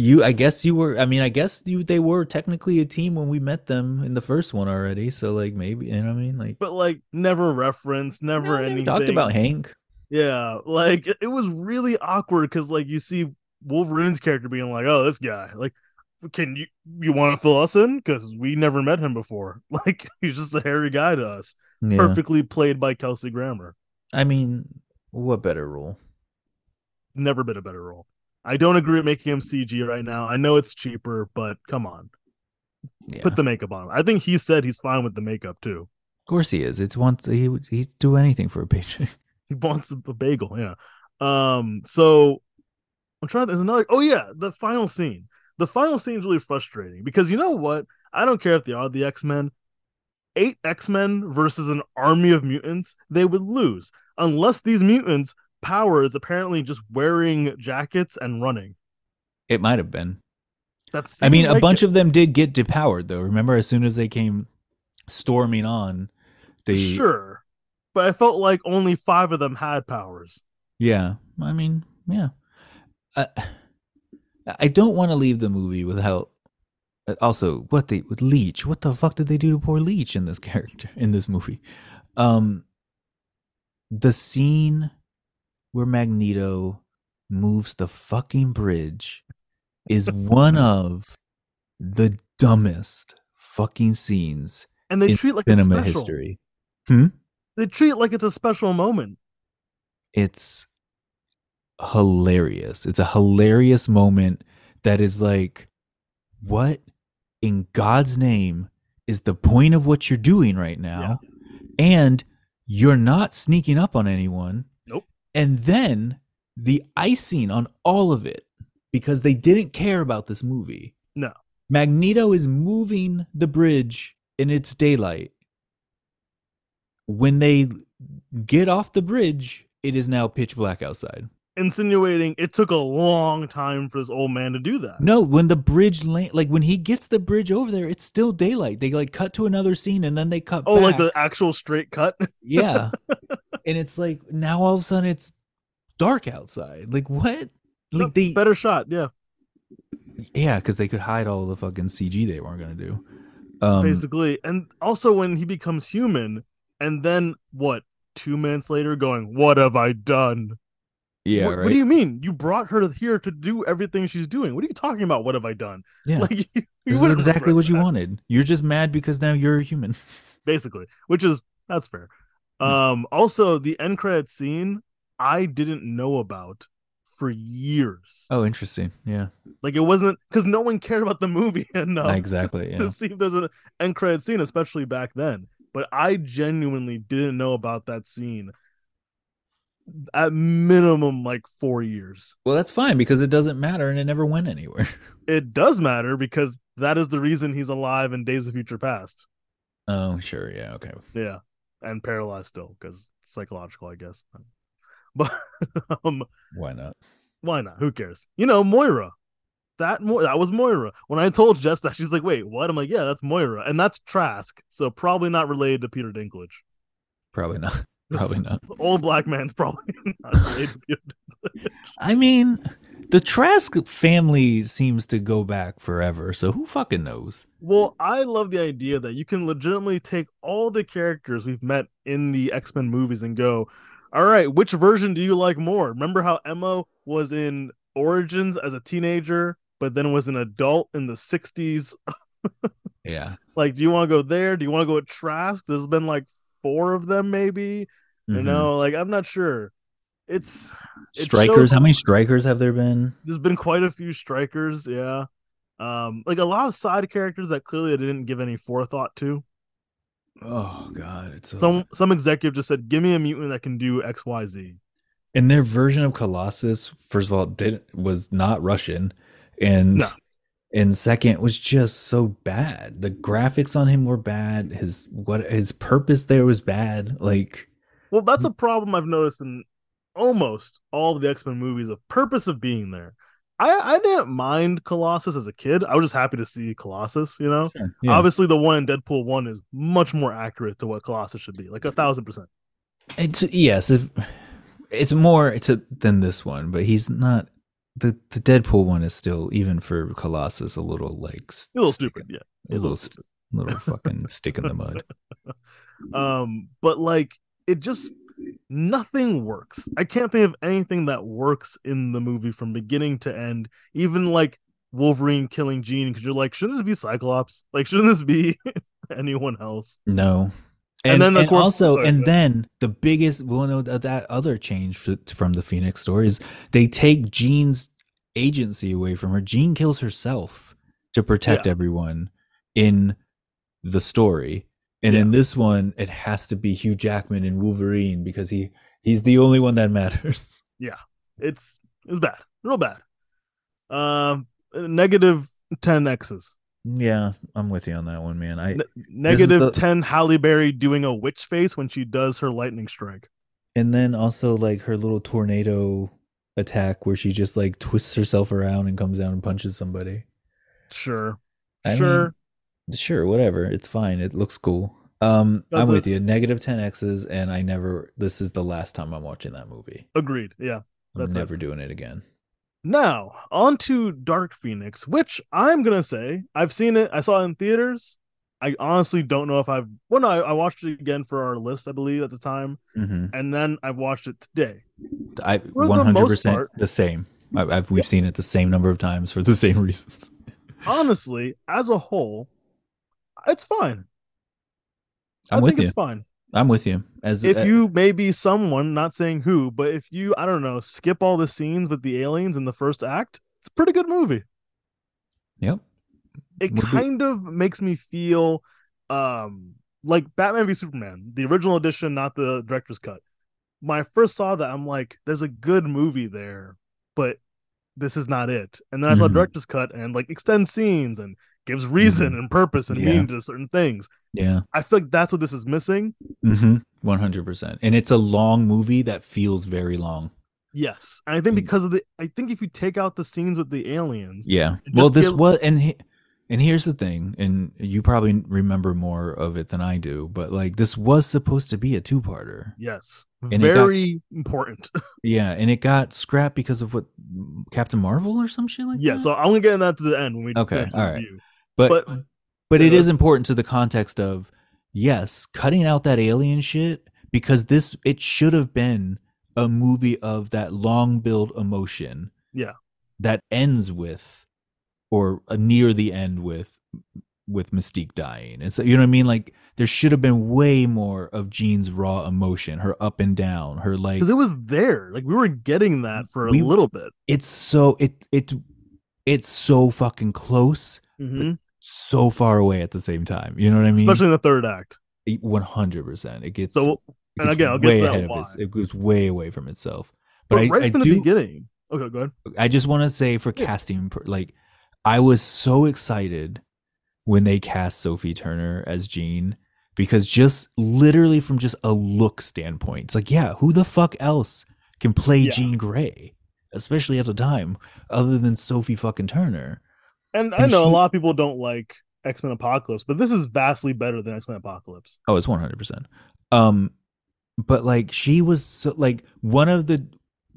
S2: You, I guess you were. I mean, I guess you they were technically a team when we met them in the first one already. So like maybe you know what I mean. Like
S1: but like never referenced, never
S2: No,
S1: anything.
S2: we talked about Hank.
S1: Yeah, like it it was really awkward because like you see Wolverine's character being like, "Oh, this guy, like, can you you want to fill us in? Because we never met him before. Like, he's just a hairy guy to us.
S2: Yeah.
S1: Perfectly played by Kelsey Grammer.
S2: I mean, what better rule?
S1: Never been a better role. I don't agree with making him CG right now. I know it's cheaper, but come on,
S2: Yeah.
S1: put the makeup on. I think he said he's fine with the makeup too.
S2: of course he is. It's once he would he'd do anything for a paycheck.
S1: He wants a bagel. Yeah. Um. So I'm trying. There's another. Oh yeah, the final scene. The final scene is really frustrating because you know what? I don't care if they are the X Men. Eight X Men versus an army of mutants, they would lose unless these mutants' power is apparently just wearing jackets and running.
S2: It might have been.
S1: That's
S2: I mean, a bunch of them did get depowered though. Remember, as soon as they came storming on, they
S1: sure, but I felt like only five of them had powers.
S2: Yeah, I mean, yeah. I I don't want to leave the movie without. uh, Also, what they with Leech? What the fuck did they do to poor Leech in this character in this movie? Um, the scene where Magneto moves the fucking bridge is one of the dumbest fucking scenes
S1: And they
S2: in
S1: treat like it's
S2: cinema
S1: special.
S2: history.
S1: They treat it like it's a special moment.
S2: it's hilarious. It's a hilarious moment that is like, what in God's name is the point of what you're doing right now? And you're not sneaking up on anyone.
S1: Nope.
S2: And then the icing on all of it, because they didn't care about this movie.
S1: No.
S2: Magneto is moving the bridge in its daylight. When they get off the bridge, it is now pitch black outside.
S1: insinuating it took a long time for this old man to do that.
S2: No, when the bridge lane, like when he gets the bridge over there, it's still daylight. They like cut to another scene and then they cut.
S1: oh, like the
S2: back.
S1: actual straight cut.
S2: yeah, and it's like now all of a sudden it's dark outside. Like what? Like they
S1: better shot, yeah.
S2: yeah, because they could hide all the fucking CG they weren't gonna do. Um,
S1: basically, and also when he becomes human, and then what? Two minutes later, going, "What have I done?
S2: yeah,
S1: what,
S2: right.
S1: what do you mean? You brought her here to do everything she's doing. What are you talking about? What have I done?
S2: yeah,
S1: Like you, you
S2: this is
S1: wouldn't
S2: exactly
S1: regret
S2: what you
S1: that,
S2: wanted. You're just mad because now you're a human.
S1: basically. Which is that's fair. Um, also the end credit scene I didn't know about for years.
S2: Oh, interesting. Yeah,
S1: Like it wasn't because no one cared about the movie enough
S2: exactly. Yeah.
S1: to see if there's an end credit scene, especially back then. But I genuinely didn't know about that scene at minimum like four years.
S2: Well, that's fine because it doesn't matter and it never went anywhere.
S1: It does matter because that is the reason he's alive in Days of Future Past.
S2: Oh, sure. Yeah. Okay.
S1: Yeah. And paralyzed still because psychological, I guess. But um
S2: Why not?
S1: why not? Who cares? You know, Moira. That Mo- that was Moira. When I told Jess that, she's like, "Wait, what?" I'm like, "Yeah, that's Moira, and that's Trask. So probably not related to Peter Dinklage.
S2: Probably not.
S1: This
S2: Probably not.
S1: old black man's probably not related to Peter.
S2: I mean, the Trask family seems to go back forever, so who fucking knows?
S1: Well, I love the idea that you can legitimately take all the characters we've met in the X Men movies and go, all right, which version do you like more? Remember how Emma was in Origins as a teenager, but then was an adult in the 60s?
S2: Yeah.
S1: Like, do you want to go there? Do you want to go with Trask? There's been like four of them, maybe. You
S2: Mhm.
S1: know, like, I'm not sure. It's it
S2: strikers.
S1: shows-
S2: How many strikers have there been?
S1: there's been quite a few strikers, yeah. Um, like a lot of side characters that clearly they didn't give any forethought to.
S2: Oh God, it's so.
S1: Some some executive just said, "Give me a mutant that can do X, Y, Z."
S2: and their version of Colossus, first of all, did was not Russian, and
S1: No.
S2: and second was just so bad. The graphics on him were bad. His what his purpose there was bad. Like
S1: Well, that's a problem I've noticed in almost all of the X Men movies. Of purpose of being there, I I didn't mind Colossus as a kid. I was just happy to see Colossus. You know,
S2: yeah.
S1: obviously the one in Deadpool one is much more accurate to what Colossus should be, like a thousand percent.
S2: It's yes, if, it's more to than this one, but he's not the the Deadpool one is still even for Colossus a little like s-
S1: A little
S2: stick-
S1: stupid, yeah.
S2: a little st- little fucking stick in the mud.
S1: um but like it just nothing works i can't think of anything that works in the movie from beginning to end even like wolverine killing jean because you're like shouldn't this be cyclops like shouldn't this be anyone else
S2: No.
S1: And
S2: And,
S1: then, of
S2: and
S1: course-
S2: also,
S1: sorry,
S2: and
S1: go
S2: then the biggest one of th- that other change f- from the Phoenix story is they take Jean's agency away from her. Jean kills herself to protect
S1: Yeah.
S2: everyone in the story, and in
S1: Yeah.
S2: this one, it has to be Hugh Jackman and Wolverine because he he's the only one that matters.
S1: it's it's bad real bad um negative 10 x's
S2: Yeah, I'm with you on that one, man. I
S1: Ne- negative
S2: the-
S1: 10 halle berry doing a witch face when she does her lightning strike
S2: And then also like her little tornado attack where she just like twists herself around and comes down and punches somebody.
S1: sure
S2: I
S1: sure
S2: mean, sure, whatever. It's fine. It looks cool. Um
S1: Does
S2: I'm
S1: it-
S2: with you. Negative 10 X's and I never this is the last time I'm watching that movie.
S1: agreed yeah
S2: I'm
S1: That's it.
S2: never doing it again.
S1: Now, on to Dark Phoenix, which I'm going to say I've seen it. I saw it in theaters. I honestly don't know if I've. Well, no, I, I watched it again for our list, I believe, at the time.
S2: Mm-hmm.
S1: And then I've watched it today.
S2: I
S1: the most
S2: 100% the,
S1: part-
S2: same. I, I've we've seen it the same number of times for the same reasons.
S1: Honestly, as a whole, it's fine. I
S2: I'm with
S1: think
S2: you.
S1: it's fine.
S2: I'm with you. As
S1: If
S2: uh,
S1: you maybe someone, not saying who, but if you, I don't know, skip all the scenes with the aliens in the first act, it's a pretty good movie.
S2: Yep.
S1: it
S2: Would be-
S1: kind of makes me feel um like Batman v Superman, the original edition, not the director's cut. When I first saw that, I'm like, there's a good movie there, but this is not it. And then I saw
S2: Mhm.
S1: director's cut and like extends scenes and gives reason and purpose and
S2: Mm-hmm. Yeah.
S1: meaning to certain things.
S2: Yeah.
S1: I feel like that's what this is missing.
S2: Mm-hmm. One hundred percent, and it's a long movie that feels very long.
S1: Yes. And I think
S2: Mm.
S1: because of the I think if you take out the scenes with the aliens,
S2: Yeah.
S1: It
S2: Well,
S1: just
S2: this
S1: feel-
S2: was, and he, and here's the thing, and you probably remember more of it than I do, but like this was supposed to be a two-parter.
S1: yes.
S2: it got-
S1: very important.
S2: Yeah, and it got scrapped because of what Captain Marvel or some shit like
S1: yeah.
S2: that.
S1: So I'm gonna get into that to the end when we
S2: Okay,
S1: finish the
S2: all right.
S1: review.
S2: but
S1: but-
S2: but, it
S1: uh,
S2: is important to the context of yes, cutting out that alien shit because this it should have been a movie of that long build emotion.
S1: Yeah.
S2: That ends with or uh, near the end with with Mystique dying. And so you know what I mean like there should have been way more of Jean's raw emotion, her up and down, her like
S1: because it was there. Like we were getting that for a
S2: We-
S1: little bit.
S2: it's so it it it's so fucking close,
S1: Mhm.
S2: so far away at the same time. You know what I mean?
S1: especially in the third act.
S2: one hundred percent. It gets
S1: So,
S2: it
S1: and
S2: gets
S1: again, I'll get to
S2: way
S1: that
S2: ahead of
S1: why.
S2: its- It goes way away from itself.
S1: but,
S2: But, I,
S1: right
S2: I
S1: from
S2: do.
S1: the beginning. Okay, go ahead.
S2: I just want to say for
S1: Yeah.
S2: casting, per- like I was so excited when they cast Sophie Turner as Jean because just literally from just a look standpoint, it's like, yeah, who the fuck else can play
S1: Yeah.
S2: Jean Grey, especially at the time, other than Sophie fucking Turner?
S1: And I
S2: And
S1: know a
S2: she-
S1: lot of people don't like X Men Apocalypse, but this is vastly better than X Men Apocalypse.
S2: Oh, it's one hundred percent. Um, but like she was so, like one of the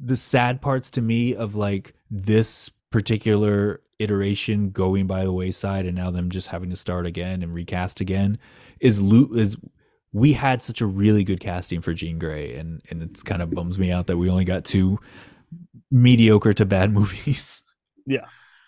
S2: the sad parts to me of like this particular iteration going by the wayside and now them just having to start again and recast again is loot is we had such a really good casting for Jean Grey and and it's kind of bums me out that we only got two mediocre to bad movies.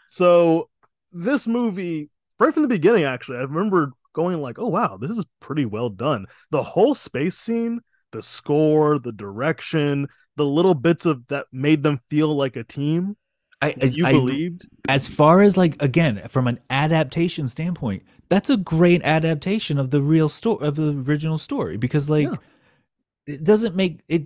S1: So this movie, right from the beginning, actually, I remember going like, "Oh wow, this is pretty well done." The whole space scene, the score, the direction, the little bits of that made them feel like a team.
S2: I,
S1: You believed.
S2: as far as like again from an adaptation standpoint that's a great adaptation of the real story of the original story because like
S1: Yeah.
S2: it doesn't make it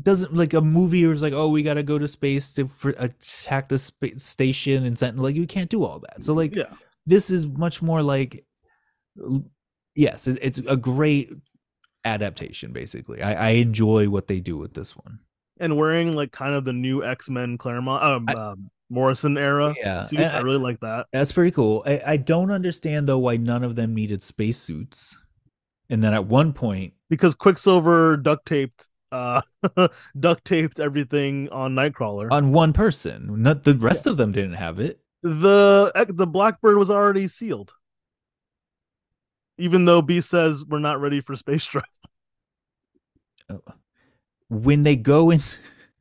S2: doesn't like a movie where it's like oh we gotta go to space to fr- attack the spa- station and send like you can't do all that so like
S1: Yeah.
S2: this is much more like l- yes it, it's a great adaptation basically I, I enjoy what they do with this one
S1: and wearing like kind of the new X Men Claremont um,
S2: I-
S1: um, Morrison era
S2: Yeah,
S1: suits.
S2: I-
S1: I, really like that.
S2: That's pretty cool. I, I don't understand though why none of them needed spacesuits. And then at one point,
S1: because Quicksilver duct taped uh, duct taped everything on Nightcrawler.
S2: on one person. Not the rest of them didn't have it.
S1: the the Blackbird was already sealed, even though B says we're not ready for space travel.
S2: When they go in,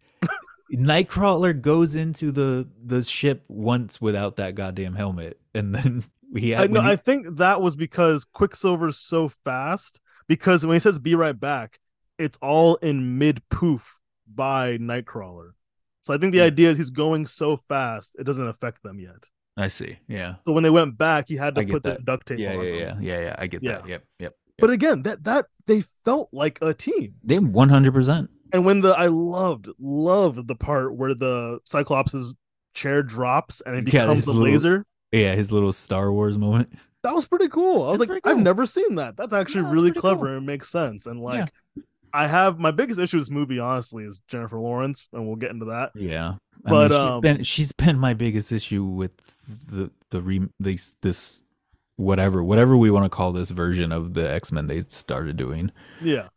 S2: Nightcrawler goes into the the ship once without that goddamn helmet, and then he
S1: I
S2: had.
S1: know.
S2: when he-
S1: I think that was because Quicksilver's so fast. Because when he says "be right back," it's all in mid poof by Nightcrawler. So I think the
S2: Hmm.
S1: idea is he's going so fast it doesn't affect them yet.
S2: I, see. Yeah.
S1: So when they went back, he had to
S2: I get
S1: put the
S2: that.
S1: duct tape
S2: Yeah,
S1: on.
S2: yeah,
S1: them.
S2: yeah, yeah, yeah. I get that. Yep, yep.
S1: But again, that that they felt like a team.
S2: They one hundred percent.
S1: And when the I loved loved the part where the Cyclops' chair drops and it
S2: Yeah,
S1: becomes
S2: his
S1: a
S2: little-
S1: laser.
S2: Yeah, his little Star Wars moment.
S1: That was pretty cool. I was
S2: It's
S1: like,
S2: pretty
S1: I've
S2: cool.
S1: never seen that. That's actually
S2: Yeah, it's
S1: really
S2: pretty
S1: clever
S2: cool.
S1: and makes sense. And
S2: Yeah.
S1: like, I have my biggest issue with this movie, honestly, is Jennifer Lawrence, and we'll get into that.
S2: Yeah. I
S1: But,
S2: mean, she's
S1: um,
S2: been she's been my biggest issue with the the re these this whatever whatever we want to call this version of the X Men they started doing.
S1: Yeah.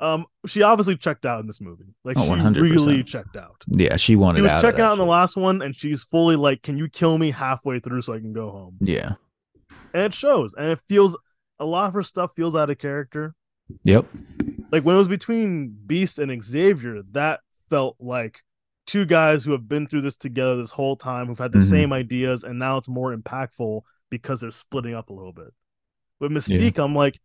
S1: Um, she obviously checked out in this movie. Like,
S2: Oh,
S1: she
S2: 100%.
S1: really checked out.
S2: Yeah, she wanted.
S1: She was
S2: out of
S1: checking
S2: that
S1: out in the
S2: shit.
S1: last one, and she's fully like, "Can you kill me halfway through so I can go home?"
S2: Yeah.
S1: And it shows, and it feels a lot of her stuff feels out of character.
S2: Yep.
S1: like when it was between Beast and Xavier, that felt like two guys who have been through this together this whole time, who've had the
S2: Mhm.
S1: same ideas, and now it's more impactful because they're splitting up a little bit. With Mystique, I'm like,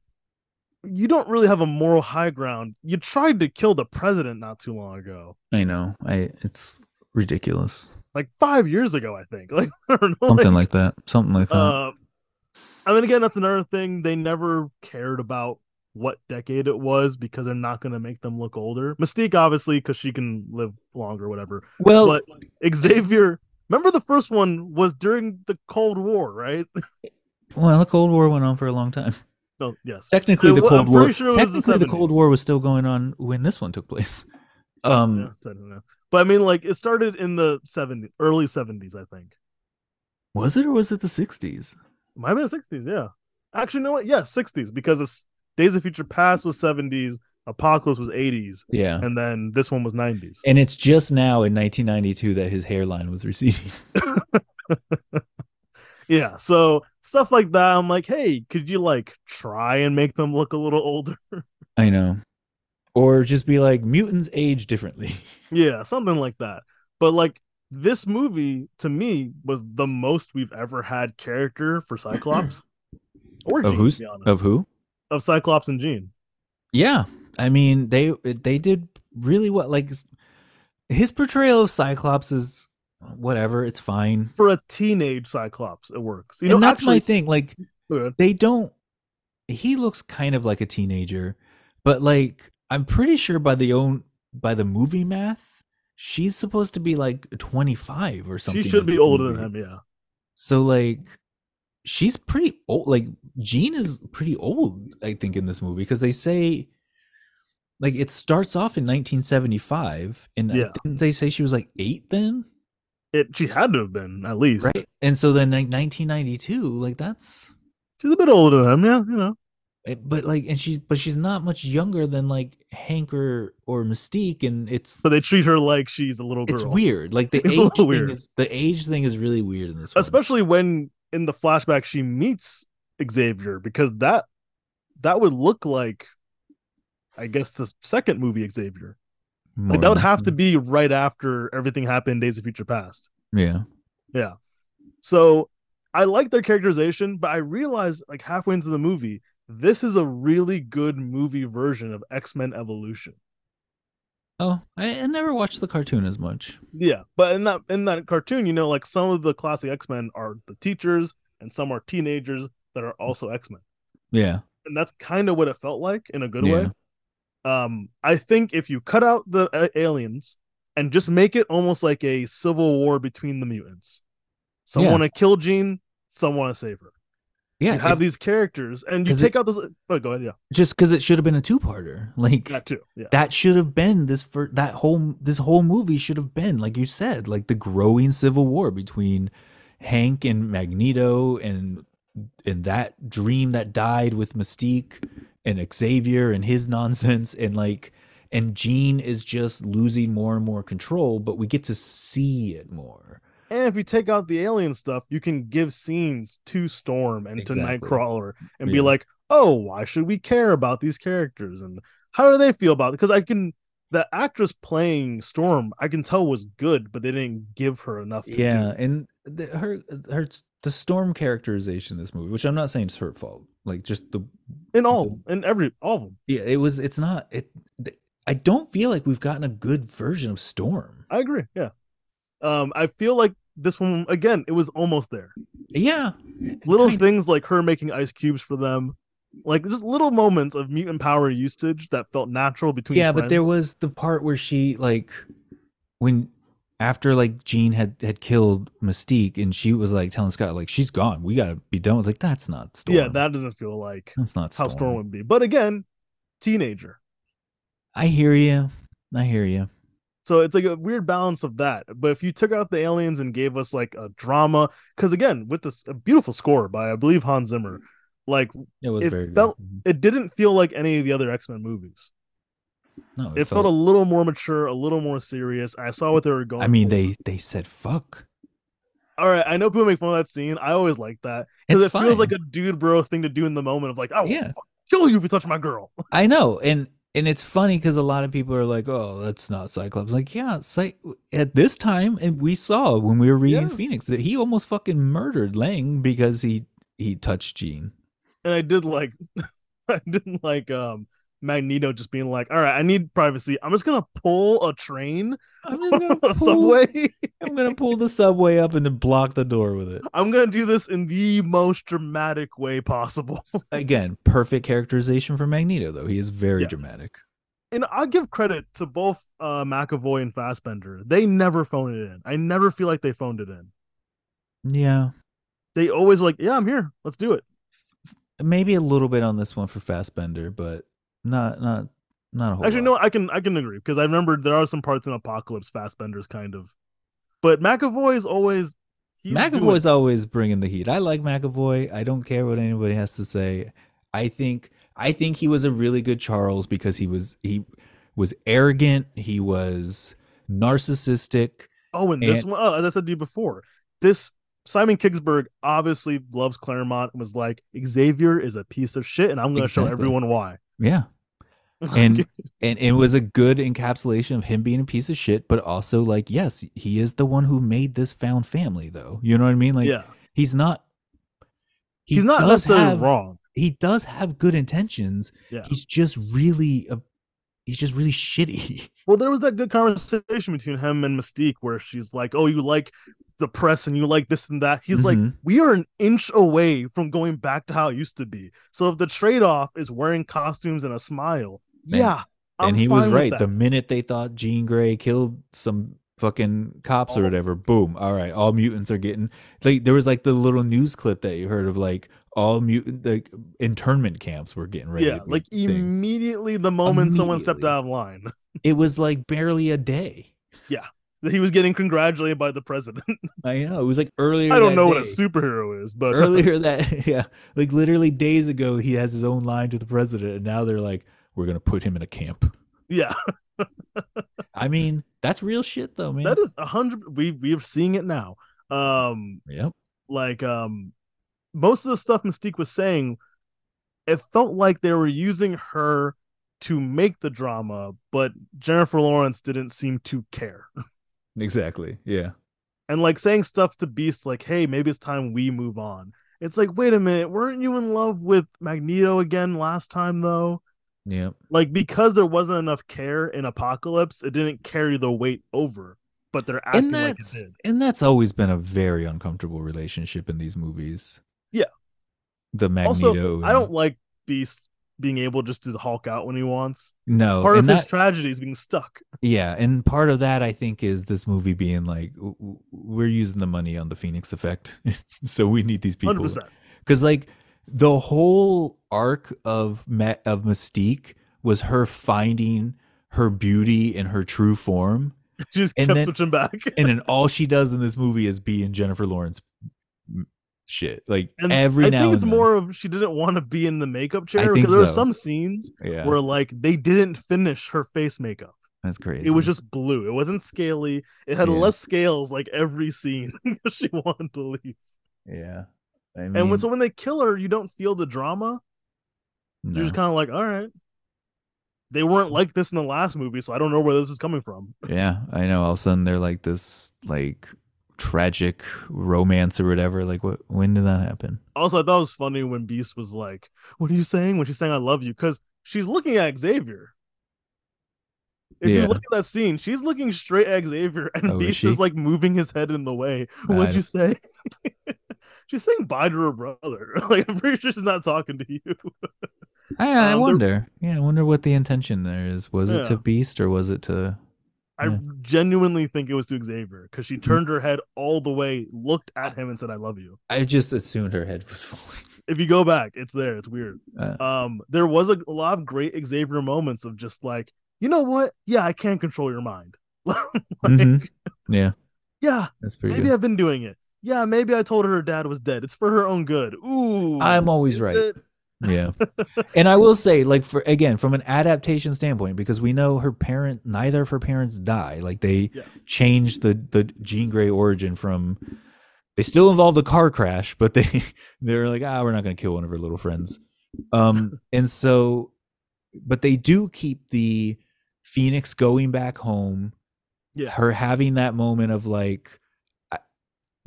S1: you don't really have a moral high ground. You tried to kill the president not too long ago,
S2: I know. I it's ridiculous.
S1: like five years ago, I think. Like, I don't know.
S2: Something
S1: like,
S2: like that. Something like that.
S1: uh, I mean, again, that's another thing. They never cared about what decade it was because they're not going to make them look older. Mystique, obviously, because she can live longer, whatever.
S2: well,
S1: but Xavier, remember the first one was during the Cold War, right?
S2: well, the Cold War went on for a long time.
S1: No, Oh, yes.
S2: Technically,
S1: It
S2: the
S1: wa-
S2: Cold
S1: I'm
S2: War.
S1: pretty sure it was the
S2: technically, the, Cold
S1: 70s.
S2: War was still going on when this one took place. Um,
S1: Yeah, I don't know. But I mean, like, it started in the 70s, early 70s, I think.
S2: was it or was it the '60s?
S1: Might have been the 60s, yeah. Actually, no, what? Yeah, 60s, because it's Days of Future Past was 70s, Apocalypse was 80s,
S2: Yeah.
S1: and then this one was 90s.
S2: And it's just now in 1992 that his hairline was receding.
S1: Yeah, so stuff like that. I'm like, hey, could you like try and make them look a little older?
S2: I know. Or just be like, mutants age differently.
S1: yeah, something like that. But like this movie to me was the most we've ever had character for Cyclops or Jean,
S2: Of who's?
S1: to be honest.
S2: Of who?
S1: Of Cyclops and Jean.
S2: Yeah. I mean, they they did really what like his portrayal of Cyclops is whatever, it's fine.
S1: For a teenage Cyclops, it works. You know,
S2: and that's my
S1: actually,
S2: thing. Like they don't he looks kind of like a teenager, but like I'm pretty sure by the own by the movie math, she's supposed to be like 25 or something.
S1: she should
S2: in
S1: be
S2: this
S1: older
S2: movie.
S1: than him, yeah.
S2: So like she's pretty old like Jean is pretty old I think in this movie because they say like it starts off in 1975 and
S1: Yeah.
S2: yeah. didn't they say she was like 8 then?
S1: It she had to have been at least.
S2: Right? And so then like 1992 like that's
S1: She's a bit older than him, yeah, you know.
S2: it- but like and she's but she's not much younger than like Hank or, or Mystique and it's
S1: But they treat her like she's a little girl.
S2: it's weird like the
S1: It's a
S2: age
S1: little
S2: thing
S1: weird.
S2: is the age thing is really weird in this one.
S1: especially when in the flashback she meets Xavier because that that would look like I guess the second movie Xavier. Like
S2: More
S1: that would
S2: than-
S1: have to be right after everything happened Days of Future Past.
S2: yeah
S1: So I like their characterization, but I realized like halfway into the movie, this is a really good movie version of X-Men Evolution.
S2: oh I, I never watched the cartoon as much
S1: Yeah, but in that in that cartoon, you know, like some of the classic X-Men are the teachers and some are teenagers that are also X-Men.
S2: yeah
S1: and that's kind of what it felt like in a good
S2: Yeah.
S1: way. Um, I think if you cut out the uh, aliens and just make it almost like a civil war between the mutants, some
S2: Yeah.
S1: want to kill Jean, some want to save her.
S2: yeah
S1: you have
S2: if-
S1: these characters, and you
S2: 'Cause
S1: take out those. Oh, go ahead, yeah,
S2: just because it should have been a two-parter like
S1: that too. Yeah,
S2: that should have been this for that whole this whole movie should have been like you said like the growing civil war between hank and magneto and and that dream that died with mystique and xavier and his nonsense and like and Jean is just losing more and more control, but we get to see it more.
S1: And if you take out the alien stuff, you can give scenes to Storm and
S2: Exactly.
S1: to Nightcrawler and be
S2: Yeah.
S1: like, oh, why should we care about these characters? And how do they feel about it? Because I can, the actress playing Storm, I can tell was good, but they didn't give her enough. To do.
S2: yeah and the, her her the storm characterization in this movie which i'm not saying it's her fault like just the
S1: In all, of
S2: Mm-hmm.
S1: them, in every, all of them.
S2: yeah it was it's not it th- i don't feel like we've gotten a good version of storm
S1: I agree. Yeah. Um, I feel like this one, again, it was almost there.
S2: yeah
S1: little
S2: kind-
S1: things like her making ice cubes for them, like just little moments of mutant power usage that felt natural between.
S2: yeah but there
S1: friends.
S2: was the part where she like when after like jean had had killed mystique and she was like telling scott like she's gone we gotta be done with like that's not storm
S1: yeah, that doesn't feel like
S2: that's not
S1: how Storm would be. But again, teenager,
S2: i hear you i hear you
S1: so it's like a weird balance of that. But if you took out the aliens and gave us like a drama, because again, with this a beautiful score by I believe Hans Zimmer, like
S2: it was
S1: It
S2: very good. Mm-hmm.
S1: felt- it didn't feel like any of the other X Men movies.
S2: no
S1: It, felt, a little more mature, a little more serious. I saw what they were going.
S2: I mean,
S1: for.
S2: they they said fuck.
S1: All right, I know people make fun of that scene. I always like that because
S2: It's
S1: it feels like a
S2: fine.
S1: dude bro thing to do in the moment of like, oh,
S2: Yeah.
S1: kill you if you touch my girl.
S2: I know, and and it's funny because a lot of people are like, "Oh, that's not Cyclops." Like, yeah, Cy- at this time, and we saw when we were reading
S1: Yeah.
S2: Phoenix that he almost fucking murdered Lang because he he touched Jean.
S1: And I did like, I didn't like um Magneto just being like, all right, I need privacy. I'm just gonna pull a train,
S2: I'm just gonna pull,
S1: a subway.
S2: I'm gonna pull the subway up and then block the door with it.
S1: I'm gonna do this in the most dramatic way possible.
S2: Again, perfect characterization for Magneto, though he is very
S1: Yeah.
S2: dramatic.
S1: And I give credit to both uh, McAvoy and Fassbender. They never phoned it in. I never feel like they phoned it in.
S2: Yeah,
S1: They always were like, yeah, I'm here. Let's do it.
S2: maybe a little bit on this one for Fassbender, but not not not a whole.
S1: Actually, no,
S2: lot.
S1: I can I can agree because I remember there are some parts in Apocalypse Fastbender's kind of, but McAvoy is always he's doing-
S2: McAvoy's always bringing the heat. I like McAvoy. I don't care what anybody has to say. I think I think he was a really good Charles because he was he was arrogant. He was narcissistic.
S1: oh, and this
S2: and-
S1: one, oh, as I said to you before, this Simon Kigsburg obviously loves Claremont and was like Xavier is a piece of shit, and I'm going to show
S2: Exactly.
S1: everyone why.
S2: Yeah, and and it was a good encapsulation of him being a piece of shit, but also like yes, he is the one who made this found family though. You know what I mean? Like
S1: yeah,
S2: he's not. he
S1: he's not
S2: does
S1: necessarily
S2: have-
S1: wrong.
S2: He does have good intentions.
S1: Yeah.
S2: He's just really a. He's just really shitty.
S1: Well, there was that good conversation between him and Mystique where she's like, "Oh, you like the press and you like this and that." He's like,
S2: Mhm.
S1: "We are an inch away from going back to how it used to be." So if the trade-off is wearing costumes and a smile,
S2: And-
S1: yeah, I'm
S2: and he was
S1: fine with
S2: right. The
S1: that.
S2: minute they thought Jean Grey killed some fucking cops
S1: All-
S2: or whatever, boom! All right, all mutants are getting like there was like the little news clip that you heard of like all mutant like internment camps were getting ready.
S1: yeah,
S2: to be
S1: like
S2: thing.
S1: immediately the moment someone stepped
S2: Immediately.
S1: out of line,
S2: it was like barely a day.
S1: he was getting congratulated by the president.
S2: I know it was like earlier.
S1: I don't
S2: that
S1: know what a
S2: day.
S1: superhero is, but
S2: earlier that yeah, like literally days ago, he has his own line to the president, and now they're like, we're gonna put him in a camp.
S1: yeah,
S2: I mean, that's real shit though, man.
S1: that is a hundred. We we're seeing it now. Um,
S2: yep.
S1: like um most of the stuff Mystique was saying, it felt like they were using her to make the drama, but Jennifer Lawrence didn't seem to care.
S2: Exactly. Yeah.
S1: And like saying stuff to Beast like, hey, maybe it's time we move on. It's like, wait a minute, weren't you in love with Magneto again last time though?
S2: Yeah.
S1: Like because there wasn't enough care in Apocalypse, it didn't carry the weight over. But they're acting
S2: and
S1: like it
S2: that's
S1: did.
S2: and that's always been a very uncomfortable relationship in these movies.
S1: Yeah.
S2: The Magneto.
S1: Also, I
S2: and-
S1: don't like Beast being able just to Hulk out when he wants.
S2: No.
S1: part of
S2: and
S1: his
S2: Oh, that-
S1: tragedy is being stuck.
S2: yeah, and part of that I think is this movie being like w- w- we're using the money on the Phoenix effect, so we need these
S1: Hundred
S2: people
S1: percent.
S2: because like the whole arc of Ma- of Mystique was her finding her beauty and her true form,
S1: She just
S2: And
S1: kept
S2: then-
S1: switching back.
S2: and then all she does in this movie is be in Jennifer Lawrence shit. Like
S1: And
S2: every
S1: I
S2: now
S1: think it's
S2: and then.
S1: more of she didn't want to be in the makeup chair
S2: think
S1: because there were
S2: so.
S1: some scenes
S2: Yeah,
S1: where like they didn't finish her face makeup.
S2: that's crazy.
S1: It was just blue. It wasn't scaly. It had
S2: Yeah.
S1: less scales like every scene she wanted to leave.
S2: yeah. I
S1: and
S2: mean,
S1: when, so when they kill her, you don't feel the drama.
S2: no.
S1: You're just kind of like, all right. They weren't like this in the last movie, so I don't know where this is coming from.
S2: Yeah, I know. All of a sudden, they're like this, like tragic romance or whatever. Like, what? When did that happen?
S1: Also, I thought it was funny when Beast was like, "What are you saying?" When she's saying "I love you," because she's looking at Xavier. If
S2: Yeah.
S1: you look at that scene, she's looking straight at Xavier, and
S2: Oh, is
S1: Beast
S2: she?
S1: is like moving his head in the way.
S2: I
S1: What'd
S2: don't-
S1: you say? she's saying bye to her brother. Like I'm pretty sure she's not talking to you.
S2: I, I
S1: Um, they're-
S2: wonder. Yeah, I wonder what the intention there is. Was it to
S1: Yeah.
S2: Beast or was it to?
S1: I
S2: Yeah. Mm-hmm.
S1: genuinely think it was to Xavier because she turned her head all the way, looked at him, and said, "I love you."
S2: I just assumed her head was falling.
S1: If you go back, it's there. It's weird.
S2: Uh,
S1: um there was a, a lot of great xavier moments of just like you know what yeah i can control your mind like,
S2: mhm. Yeah,
S1: yeah
S2: that's pretty
S1: maybe
S2: good.
S1: i've been doing it yeah maybe i told her her dad was dead it's for her own good ooh
S2: I'm always
S1: is
S2: right.
S1: it?
S2: Yeah. and I will say, like, for again, from an adaptation standpoint, because we know her parent, neither of her parents die. Like, they
S1: Yeah.
S2: changed the the Jean Grey origin from. They still involve the car crash, but they they're like, ah, we're not going to kill one of her little friends. Um, and so, but they do keep the Phoenix going back home.
S1: Yeah.
S2: Her having that moment of like, I-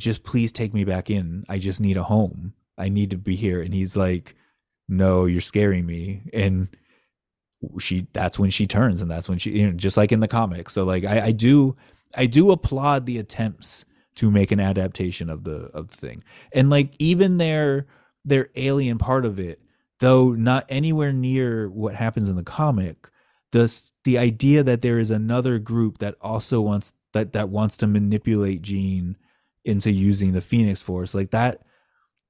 S2: just please take me back in. I just need a home. I need to be here. And he's like, no you're scaring me and she that's when she turns and that's when she you know, just like in the comics so like I, I do i do applaud the attempts to make an adaptation of the of the thing and like even their their alien part of it though not anywhere near what happens in the comic the s- the idea that there is another group that also wants that that wants to manipulate Jean into using the Phoenix Force like that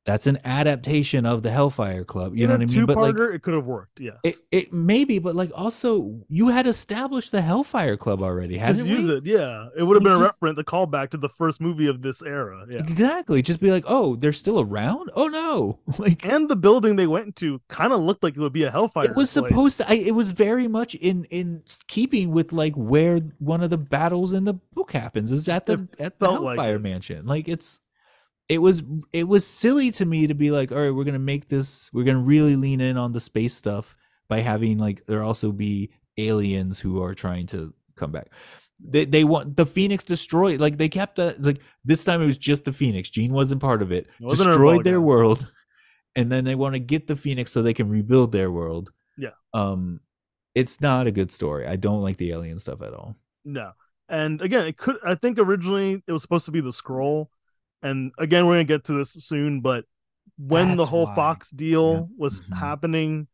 S2: that's an adaptation of the Hellfire Club you
S1: In
S2: know
S1: a
S2: what I mean like
S1: two-parter it could have worked yes
S2: it, it maybe but like also you had established the Hellfire Club already
S1: just
S2: hadn't
S1: use
S2: we?
S1: it yeah it would have
S2: You
S1: been a
S2: just-
S1: reference a callback to the first movie of this era yeah
S2: exactly just be like oh they're still around oh no like
S1: and the building they went into kind of looked like it would be a hellfire
S2: it was
S1: place.
S2: supposed to I, it was very much in in keeping with like where one of the battles in the book happens it was at the at the
S1: felt like
S2: hellfire
S1: it.
S2: mansion like it's it was it was silly to me to be like all right we're gonna make this we're gonna really lean in on the space stuff by having like there also be aliens who are trying to come back they, they want the phoenix destroyed like they kept the like this time it was just the phoenix gene wasn't part of it
S1: It wasn't her
S2: destroyed their
S1: apologize.
S2: world and then they want to get the phoenix so they can rebuild their world
S1: Yeah.
S2: um it's not a good story i don't like the alien stuff at all
S1: No. And again, it could I think originally it was supposed to be the scroll. And again, we're gonna get to this soon, but when the
S2: That's
S1: whole
S2: why.
S1: Fox deal was
S2: Mhm.
S1: happening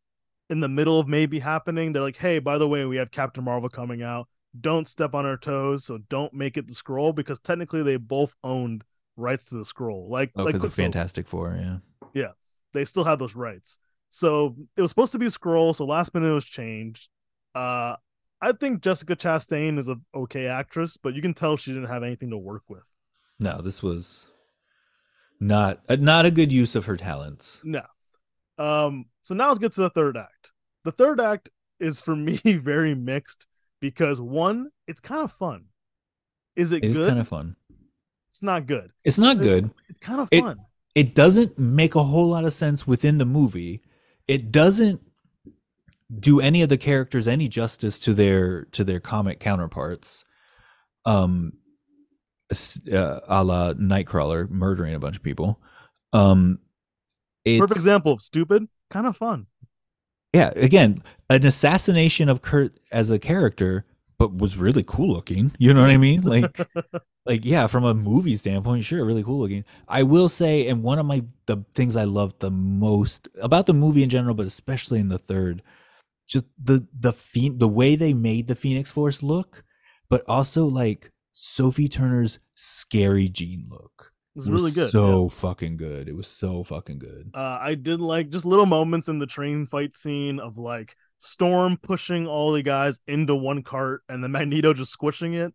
S1: in the middle of maybe happening, they're like, Hey, by the way, we have Captain Marvel coming out. Don't step on our toes, so don't make it the scroll because technically they both owned rights to the scroll. Like
S2: oh
S1: like
S2: because of
S1: Quicksilver
S2: fantastic four yeah
S1: they still had those rights. So it was supposed to be scroll. So last minute it was changed. Uh, I think Jessica Chastain is a okay actress, but you can tell she didn't have anything to work with.
S2: no this was not uh, not a good use of her talents
S1: Um, so now let's get to the third act. The third act is for me very mixed because one, it's kind of fun. Is it
S2: it's
S1: good?
S2: kind of fun
S1: It's not good.
S2: it's not
S1: It's-
S2: good
S1: It's kind of
S2: It-
S1: fun.
S2: it doesn't make a whole lot of sense within the movie. It doesn't do any of the characters any justice to their to their comic counterparts. Um s- uh, a la Nightcrawler murdering a bunch of people. Um it's,
S1: Perfect example of stupid, kind of fun.
S2: Yeah, again, an assassination of Kurt as a character, but was really cool looking. You know what I mean? Like like yeah from a movie standpoint sure really cool looking i will say and one of my the things i loved the most about the movie in general but especially in the third just the the phe- the way they made the phoenix force look but also like sophie turner's scary jean look
S1: It's really good. yeah.
S2: so fucking good it was so fucking good
S1: Uh, I did like just little moments in the train fight scene of like Storm pushing all the guys into one cart and the Magneto just squishing it.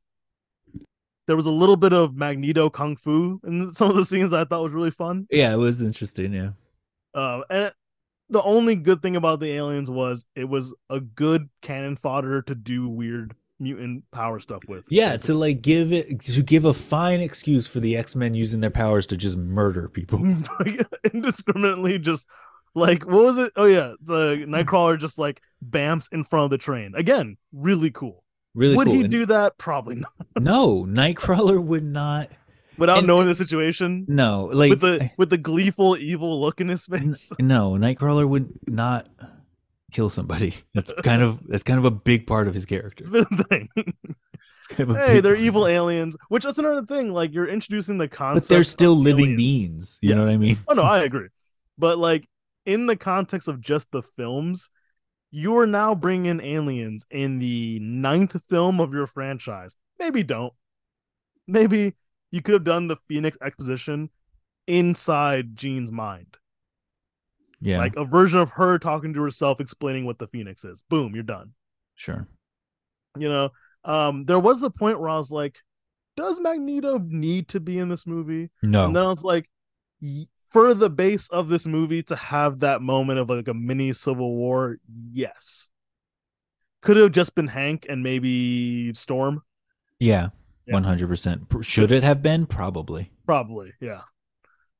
S1: There was a little bit of Magneto kung fu in some of the scenes I thought was really fun.
S2: Yeah, it was interesting. Yeah.
S1: Um, and it- the only good thing about the aliens was it was a good cannon fodder to do weird mutant power stuff with.
S2: Yeah, to like give it to give a fine excuse for the X Men using their powers to just murder
S1: Hmm.
S2: people.
S1: like, indiscriminately just like what was it? Oh yeah, the Nightcrawler just like bamps in front of the train again. Really cool.
S2: Really
S1: Would
S2: cool.
S1: he
S2: And
S1: do that? Probably not.
S2: no, Nightcrawler would not.
S1: Without
S2: And-
S1: knowing the situation,
S2: No, like
S1: with the with the gleeful evil look in his face.
S2: no, Nightcrawler would not kill somebody. That's kind of that's kind of a big part of his character.
S1: It's been a thing.
S2: It's kind of a
S1: hey,
S2: big
S1: they're
S2: part of
S1: evil
S2: it.
S1: aliens, which that's another thing. Like you're introducing the concept,
S2: but they're
S1: of
S2: still living
S1: aliens.
S2: beings. You
S1: Yeah.
S2: know what I mean?
S1: Oh no, I agree. But like in the context of just the films, you are now bringing in aliens in the ninth film of your franchise. Maybe don't. Maybe you could have done the Phoenix exposition inside Jean's mind,
S2: Yeah,
S1: like a version of her talking to herself, explaining what the Phoenix is. Boom, you're done.
S2: sure.
S1: You know, um, there was a point where I was like, does Magneto need to be in this movie?
S2: No,
S1: And then I was like, y- for the base of this movie to have that moment of like a mini civil war, yes. Could have just been Hank and maybe Storm,
S2: yeah,
S1: Yeah.
S2: one hundred percent. Should it have been? Probably.
S1: probably, yeah.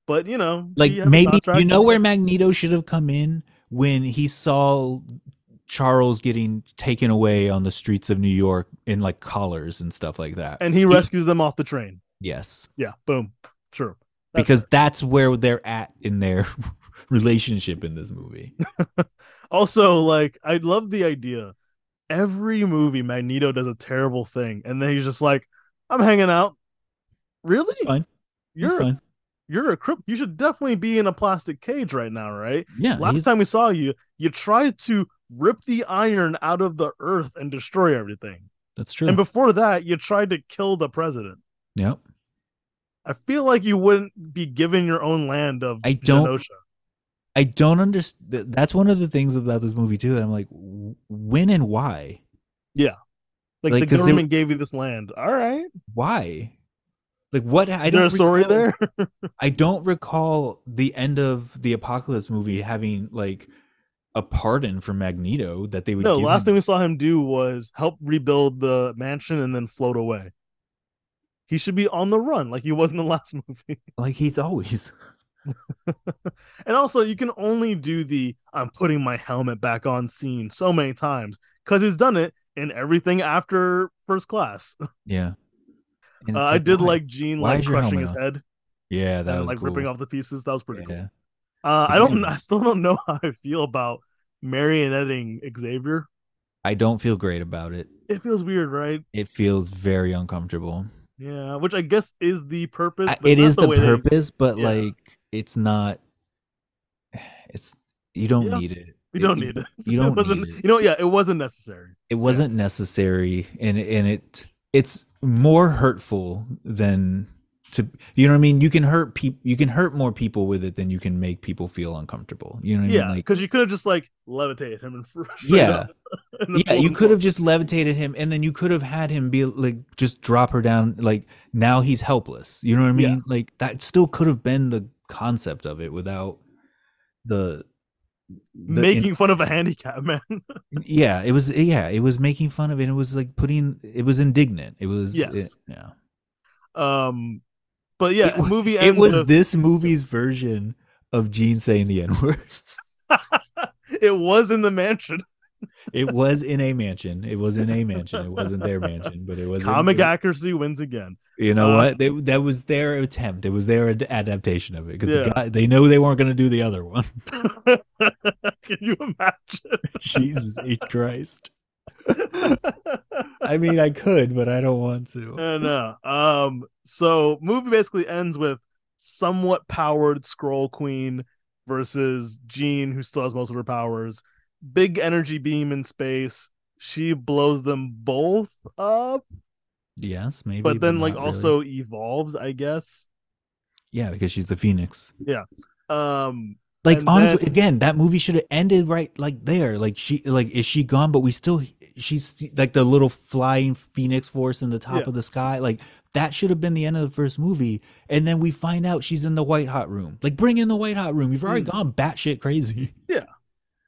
S1: But you know,
S2: like
S1: he has a
S2: maybe
S1: contract,
S2: you know
S1: I
S2: where
S1: guess.
S2: Magneto should have come in when he saw Charles getting taken away on the streets of New York in like collars and stuff like that.
S1: and he rescues them off the train.
S2: yes,
S1: Yeah, boom, true. That's
S2: because that's where they're at in their relationship in this movie.
S1: Also, like, I love the idea. Every movie, Magneto does a terrible thing, and then he's just like, "I'm hanging out." Really?
S2: fine. It's
S1: You're a
S2: fine.
S1: you're a crip. You should definitely be in a plastic cage right now, right?
S2: Yeah,
S1: Last
S2: he's-
S1: time we saw you, you tried to rip the iron out of the earth and destroy everything.
S2: that's true.
S1: And before that, you tried to kill the president.
S2: yep.
S1: I feel like you wouldn't be given your own land of
S2: I don't-
S1: Genosha.
S2: I don't understand. That's one of the things about this movie too. That I'm like, w- when and why?
S1: Like,
S2: like,
S1: the
S2: 'cause they-
S1: government gave you this land. All right.
S2: Why? Like what? I
S1: Is there
S2: don't
S1: a story
S2: recall-
S1: there?
S2: I don't recall the end of the apocalypse movie having like a pardon for Magneto that they would
S1: no,
S2: give
S1: last thing
S2: him.
S1: we saw him do was help rebuild the mansion and then float away. He should be on the run like he was in the last movie.
S2: like he's always
S1: And also, you can only do the I'm putting my helmet back on scene so many times because he's done it in everything after first class. Uh,
S2: yeah. And it's
S1: I did
S2: why?
S1: like Gene
S2: why
S1: like
S2: is your
S1: crushing
S2: helmet
S1: his
S2: on?
S1: head
S2: yeah that
S1: and
S2: was
S1: like
S2: cool.
S1: ripping off the pieces. That was pretty cool.
S2: Yeah.
S1: Uh, I
S2: Yeah.
S1: don't, I still don't know how I feel about marionetting Xavier.
S2: I don't feel great about it.
S1: It feels weird, right?
S2: It feels very uncomfortable.
S1: Yeah, which I guess is the purpose.
S2: I-
S1: but
S2: it
S1: not
S2: is the,
S1: way they-
S2: purpose, but
S1: yeah.
S2: like it's not. It's you don't
S1: Yeah.
S2: need it.
S1: you don't need it.
S2: You don't
S1: it wasn't,
S2: need it.
S1: You know, yeah, it wasn't necessary.
S2: it wasn't necessary and and it it's more hurtful than to you know what I mean you can hurt people you can hurt more people with it than you can make people feel uncomfortable you know what
S1: Yeah,
S2: I mean
S1: because you could have just like levitated him and straight
S2: yeah
S1: up and then
S2: yeah
S1: pulled
S2: you
S1: him
S2: could have
S1: close.
S2: just levitated him and then you could have had him be like just drop her down like now he's helpless you know what I mean
S1: Yeah.
S2: like that still could have been the concept of it without the, the
S1: making fun of a handicap man.
S2: yeah it was yeah it was making fun of it it was like putting it was indignant it was it-
S1: Yes.
S2: yeah
S1: Um, but yeah,
S2: It wa-
S1: the movie
S2: it
S1: ends
S2: was
S1: with-
S2: this movie's version of Gene saying the N word.
S1: it was in the mansion.
S2: It was in a mansion. It was in a mansion. It wasn't their mansion, but it was in-
S1: Comic
S2: it-
S1: accuracy wins again.
S2: You know
S1: uh,
S2: what? They, that was their attempt. It was their ad- adaptation of it because
S1: Yeah.
S2: the guy, they know they weren't going to do the other one.
S1: Can you imagine?
S2: Jesus H Christ. I mean, I could, but I don't want to.
S1: and uh, um, so movie basically ends with somewhat powered Scroll Queen versus Jean, who still has most of her powers. Big energy beam in space. She blows them both up,
S2: Yes, maybe.
S1: but then like
S2: not really.
S1: also evolves, I guess.
S2: yeah, because she's the Phoenix.
S1: Um,
S2: Like
S1: And
S2: honestly,
S1: then-
S2: again, that movie should have ended right like there. Like she, like is she gone? But we still, she's like the little flying phoenix force in the top
S1: Yeah.
S2: of the sky. Like That should have been the end of the first movie, and then we find out she's in the white hot room. Like, bring in the white hot room. You've already
S1: Mm.
S2: gone batshit crazy.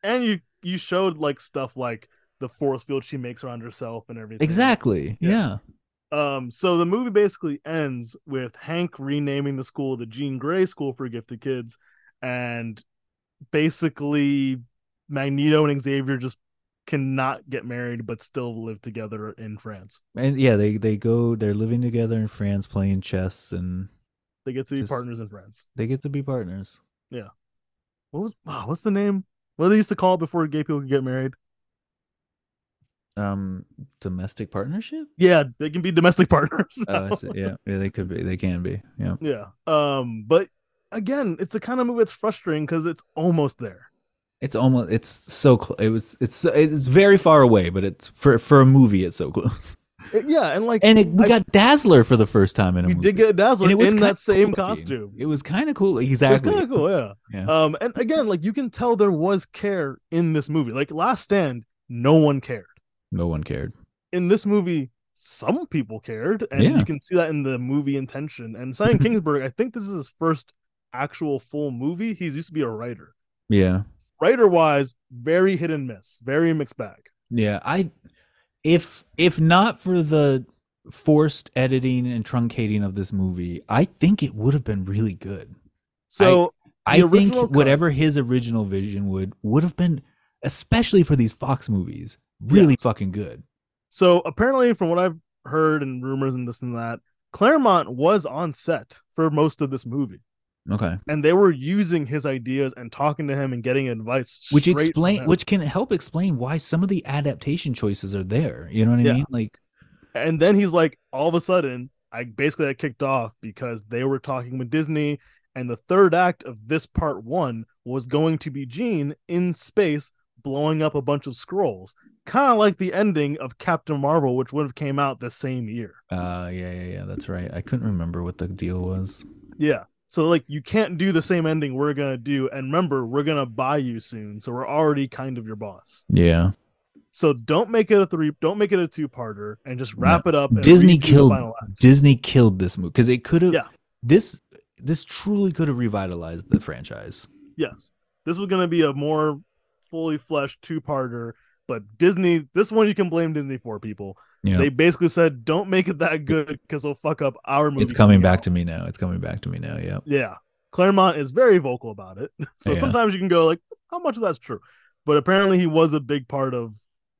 S1: and you you showed like stuff like the force field she makes around herself and everything.
S2: Exactly.
S1: Yeah.
S2: Yeah.
S1: Um, so the movie basically ends with Hank renaming the school the Jean Grey School for Gifted Kids, and basically Magneto and Xavier just cannot get married but still live together in France.
S2: And yeah, they they go. They're living together in France, playing chess, and
S1: They get to be
S2: Just-
S1: partners in France.
S2: they get to be partners.
S1: What was wow, what's the name? What they used to call it before gay people could get married?
S2: Um, domestic partnership.
S1: Yeah, they can be domestic partners.
S2: Oh, I
S1: now.
S2: see. yeah, yeah, they could be. They can be. Yeah.
S1: Yeah. Um, but again, it's the kind of movie that's frustrating because it's almost there.
S2: It's almost. It's so close. It was. It's. so- It's very far away, but it's for for a movie. It's so close.
S1: It- yeah, and like
S2: And it, we
S1: I-
S2: got Dazzler for the first time in a
S1: we
S2: movie.
S1: did get a Dazzler
S2: And it was
S1: in
S2: kinda
S1: that same
S2: cool looking.
S1: costume.
S2: It was kind of cool.
S1: It's
S2: Exactly.
S1: kind of cool, yeah.
S2: Yeah.
S1: Um, and again, like you can tell there was care in this movie. Like Last Stand, no one cared.
S2: No one cared.
S1: In this movie, some people cared, and
S2: Yeah.
S1: you can see that in the movie intention. And Simon Kingsburg, I think this is his first actual full movie. He's used to be a writer.
S2: Yeah.
S1: Writer wise, very hit and miss, very mixed bag.
S2: Yeah. I. If if not for the forced editing and truncating of this movie, I think it would have been really good.
S1: So
S2: I
S1: The
S2: think
S1: original cut-
S2: whatever his original vision would would have been, especially for these Fox movies, really fucking good.
S1: So apparently, from what I've heard and rumors and this and that, Claremont was on set for most of this movie,
S2: Okay,
S1: and they were using his ideas and talking to him and getting advice.
S2: which
S1: straight from
S2: explain
S1: him.
S2: which can help explain why some of the adaptation choices are there. You know what I
S1: Yeah.
S2: mean? Like,
S1: and then he's like, all of a sudden, I basically got kicked off because they were talking with Disney, and the third act of this part one was going to be Jean in space blowing up a bunch of scrolls, kind of like the ending of Captain Marvel, which would have came out the same year.
S2: uh, yeah, yeah, yeah, that's right. I couldn't remember what the deal was.
S1: Yeah. So like you can't do the same ending we're gonna do. And remember, we're gonna buy you soon. So we're already kind of your boss.
S2: Yeah,
S1: So don't make it a three don't make it a two parter and just wrap it up and
S2: Disney
S1: redo the
S2: killed-
S1: final act.
S2: Disney killed this movie because it could have.
S1: Yeah.
S2: this this truly could have revitalized the franchise.
S1: Yes. This was gonna be a more fully fleshed two parter, but Disney this one you can blame Disney for people.
S2: Yeah,
S1: They basically said don't make it that good because they'll fuck up our movie.
S2: it's coming
S1: out."
S2: back to me now. It's coming back to me now. Yeah.
S1: Yeah. Claremont is very vocal about it. So
S2: Yeah.
S1: sometimes you can go like, how much of that's true? But apparently he was a big part of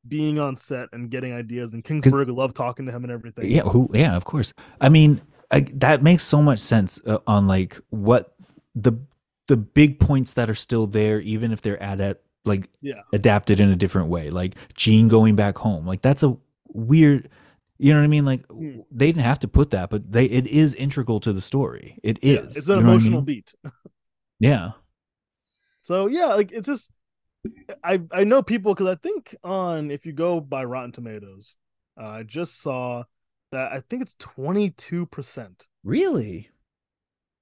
S1: being on set and getting ideas and Kingsburg loved talking to him and everything.
S2: Yeah, who? Yeah, of course. I mean, I, that makes so much sense uh, on like what the the big points that are still there, even if they're added like
S1: Yeah.
S2: adapted in a different way, like Gene going back home. Like that's a weird, you know what I mean? Like
S1: Hmm.
S2: they didn't have to put that, but they it is integral to the story. It is.
S1: Yeah, It's an
S2: you know what I
S1: emotional
S2: mean?
S1: beat.
S2: Yeah.
S1: So yeah, like it's just I I know people because I think on if you go by Rotten Tomatoes, uh, I just saw that I think it's twenty two percent.
S2: Really?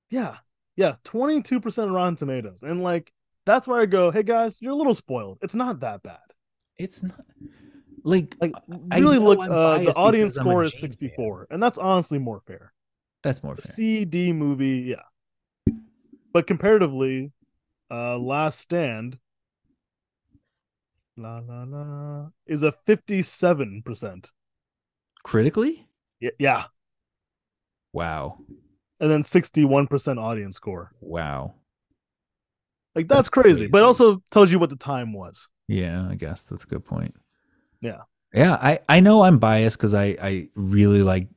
S1: Yeah, yeah, twenty two percent Rotten Tomatoes, and like that's where I go. Hey guys, you're a little spoiled. It's not that bad.
S2: It's not like
S1: like
S2: I
S1: really
S2: know
S1: look
S2: I'm
S1: uh,
S2: biased
S1: the audience
S2: because I'm a
S1: score is
S2: Jane fan.
S1: 64 and that's honestly more fair
S2: that's more
S1: A
S2: fair.
S1: cd movie yeah but comparatively uh last stand la la la is a 57 percent
S2: Critically?
S1: yeah
S2: Wow.
S1: and then 61 percent audience score
S2: Wow.
S1: like that's,
S2: That's
S1: crazy, but
S2: crazy.
S1: also tells you what the time was
S2: Yeah, I guess that's a good point.
S1: Yeah.
S2: Yeah, I I know I'm biased because I I really like,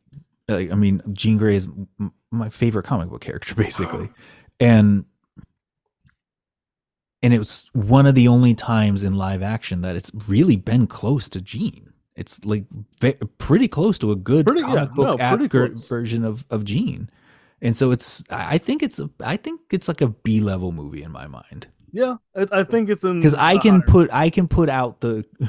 S2: like I mean Jean Grey is m- my favorite comic book character basically, and and it was one of the only times in live action that it's really been close to Jean. It's like ve- pretty close to a good
S1: Pretty- yeah,
S2: comic book
S1: no, pretty
S2: accurate
S1: close.
S2: version of of Jean, and so it's I I think it's a, I think it's like a B level movie in my mind
S1: yeah i, I think it's in
S2: because I
S1: the
S2: can
S1: higher-
S2: put I can put out the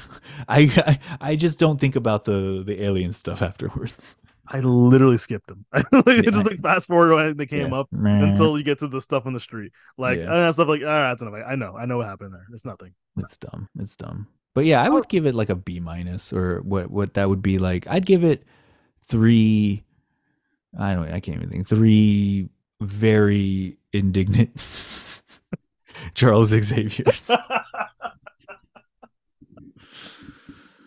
S2: I, I I just don't think about the the alien stuff afterwards.
S1: i literally skipped them i just
S2: Yeah.
S1: like fast forward when they came
S2: Yeah.
S1: up
S2: Meh.
S1: until you get to the stuff on the street. Like
S2: Mm. Yeah.
S1: and that stuff like ah, that's enough. I know, I know what happened there. It's nothing.
S2: it's dumb. It's dumb. But yeah, I would give it like a B minus or what what that would be like. I'd give it three I don't I can't even think. Three very indignant Charles Xavier's.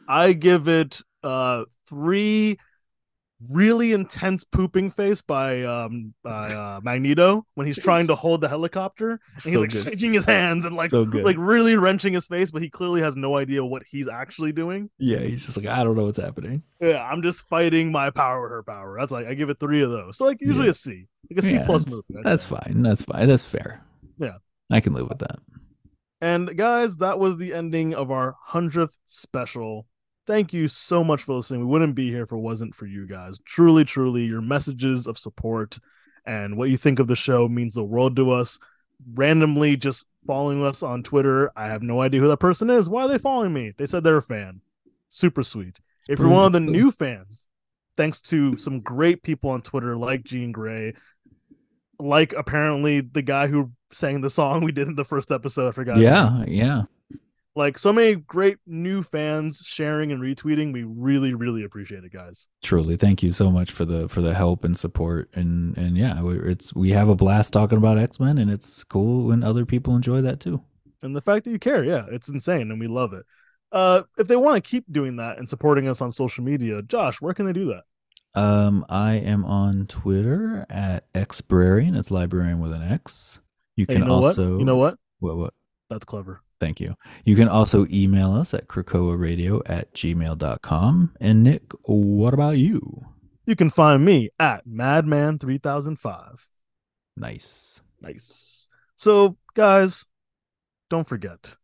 S1: I give it uh three really intense pooping face by um by uh, Magneto when he's trying to hold the helicopter and he's
S2: So
S1: like
S2: good.
S1: shaking his hands and like
S2: So good.
S1: like really wrenching his face, but he clearly has no idea what he's actually doing.
S2: yeah, he's just like, I don't know what's happening.
S1: Yeah, I'm just fighting my power, her power. That's like I give it three of those. So like usually
S2: Yeah.
S1: a C, like a C
S2: Yeah,
S1: plus
S2: that's,
S1: movie. That's-
S2: That's fine. That's fine. That's fair.
S1: Yeah.
S2: I can live with that.
S1: And guys, that was the ending of our hundredth special. Thank you so much for listening. We wouldn't be here if it wasn't for you guys. Truly, truly, your messages of support and what you think of the show means the world to us. Randomly just following us on Twitter. I have no idea who that person is. Why are they following me? They said they're a fan. Super sweet. If you're one of the
S2: Beautiful.
S1: new fans, thanks to some great people on Twitter like Gene Gray, like apparently the guy who sang the song we did in the first episode. I forgot. his name.
S2: Yeah, yeah.
S1: Like so many great new fans sharing and retweeting. We really, really appreciate it, guys.
S2: Truly, thank you so much for the for the help and support and and yeah, we, it's we have a blast talking about X Men and it's cool when other people enjoy that too.
S1: And the fact that you care, yeah, it's insane and we love it. Uh, if they want to keep doing that and supporting us on social media, Josh, where can they do that?
S2: Um, I am on Twitter at Xbrarian. It's librarian with an X. You
S1: Hey,
S2: can
S1: you know
S2: also
S1: what? You know what?
S2: what what
S1: That's clever.
S2: Thank you. You can also email us at krakoaradio at gmail.com. And Nick, what about you?
S1: You can find me at Madman3005.
S2: Nice.
S1: Nice. So, guys, don't forget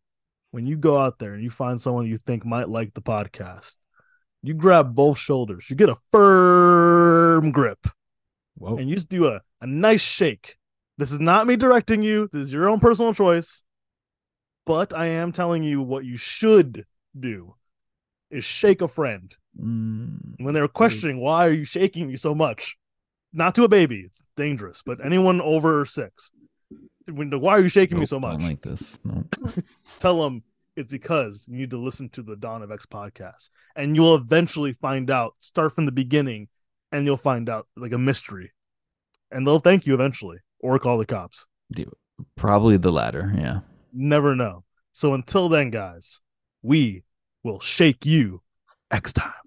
S1: when you go out there and you find someone you think might like the podcast, you grab both shoulders, you get a firm grip,
S2: Whoa.
S1: and you just do a, a nice shake. This is not me directing you, this is your own personal choice. But I am telling you what you should do is shake a friend.
S2: Mm,
S1: When they're questioning, why are you shaking me so much? Not to a baby, it's dangerous, but anyone over six. When the, why are you shaking me
S2: nope,
S1: so much?
S2: Don't like this. No.
S1: tell them it's because you need to listen to the Dawn of X podcast, and you'll eventually find out. Start from the beginning, and you'll find out like a mystery, and they'll thank you eventually or call the cops.
S2: Probably the latter. Yeah.
S1: Never know. So until then, guys, we will shake you next time.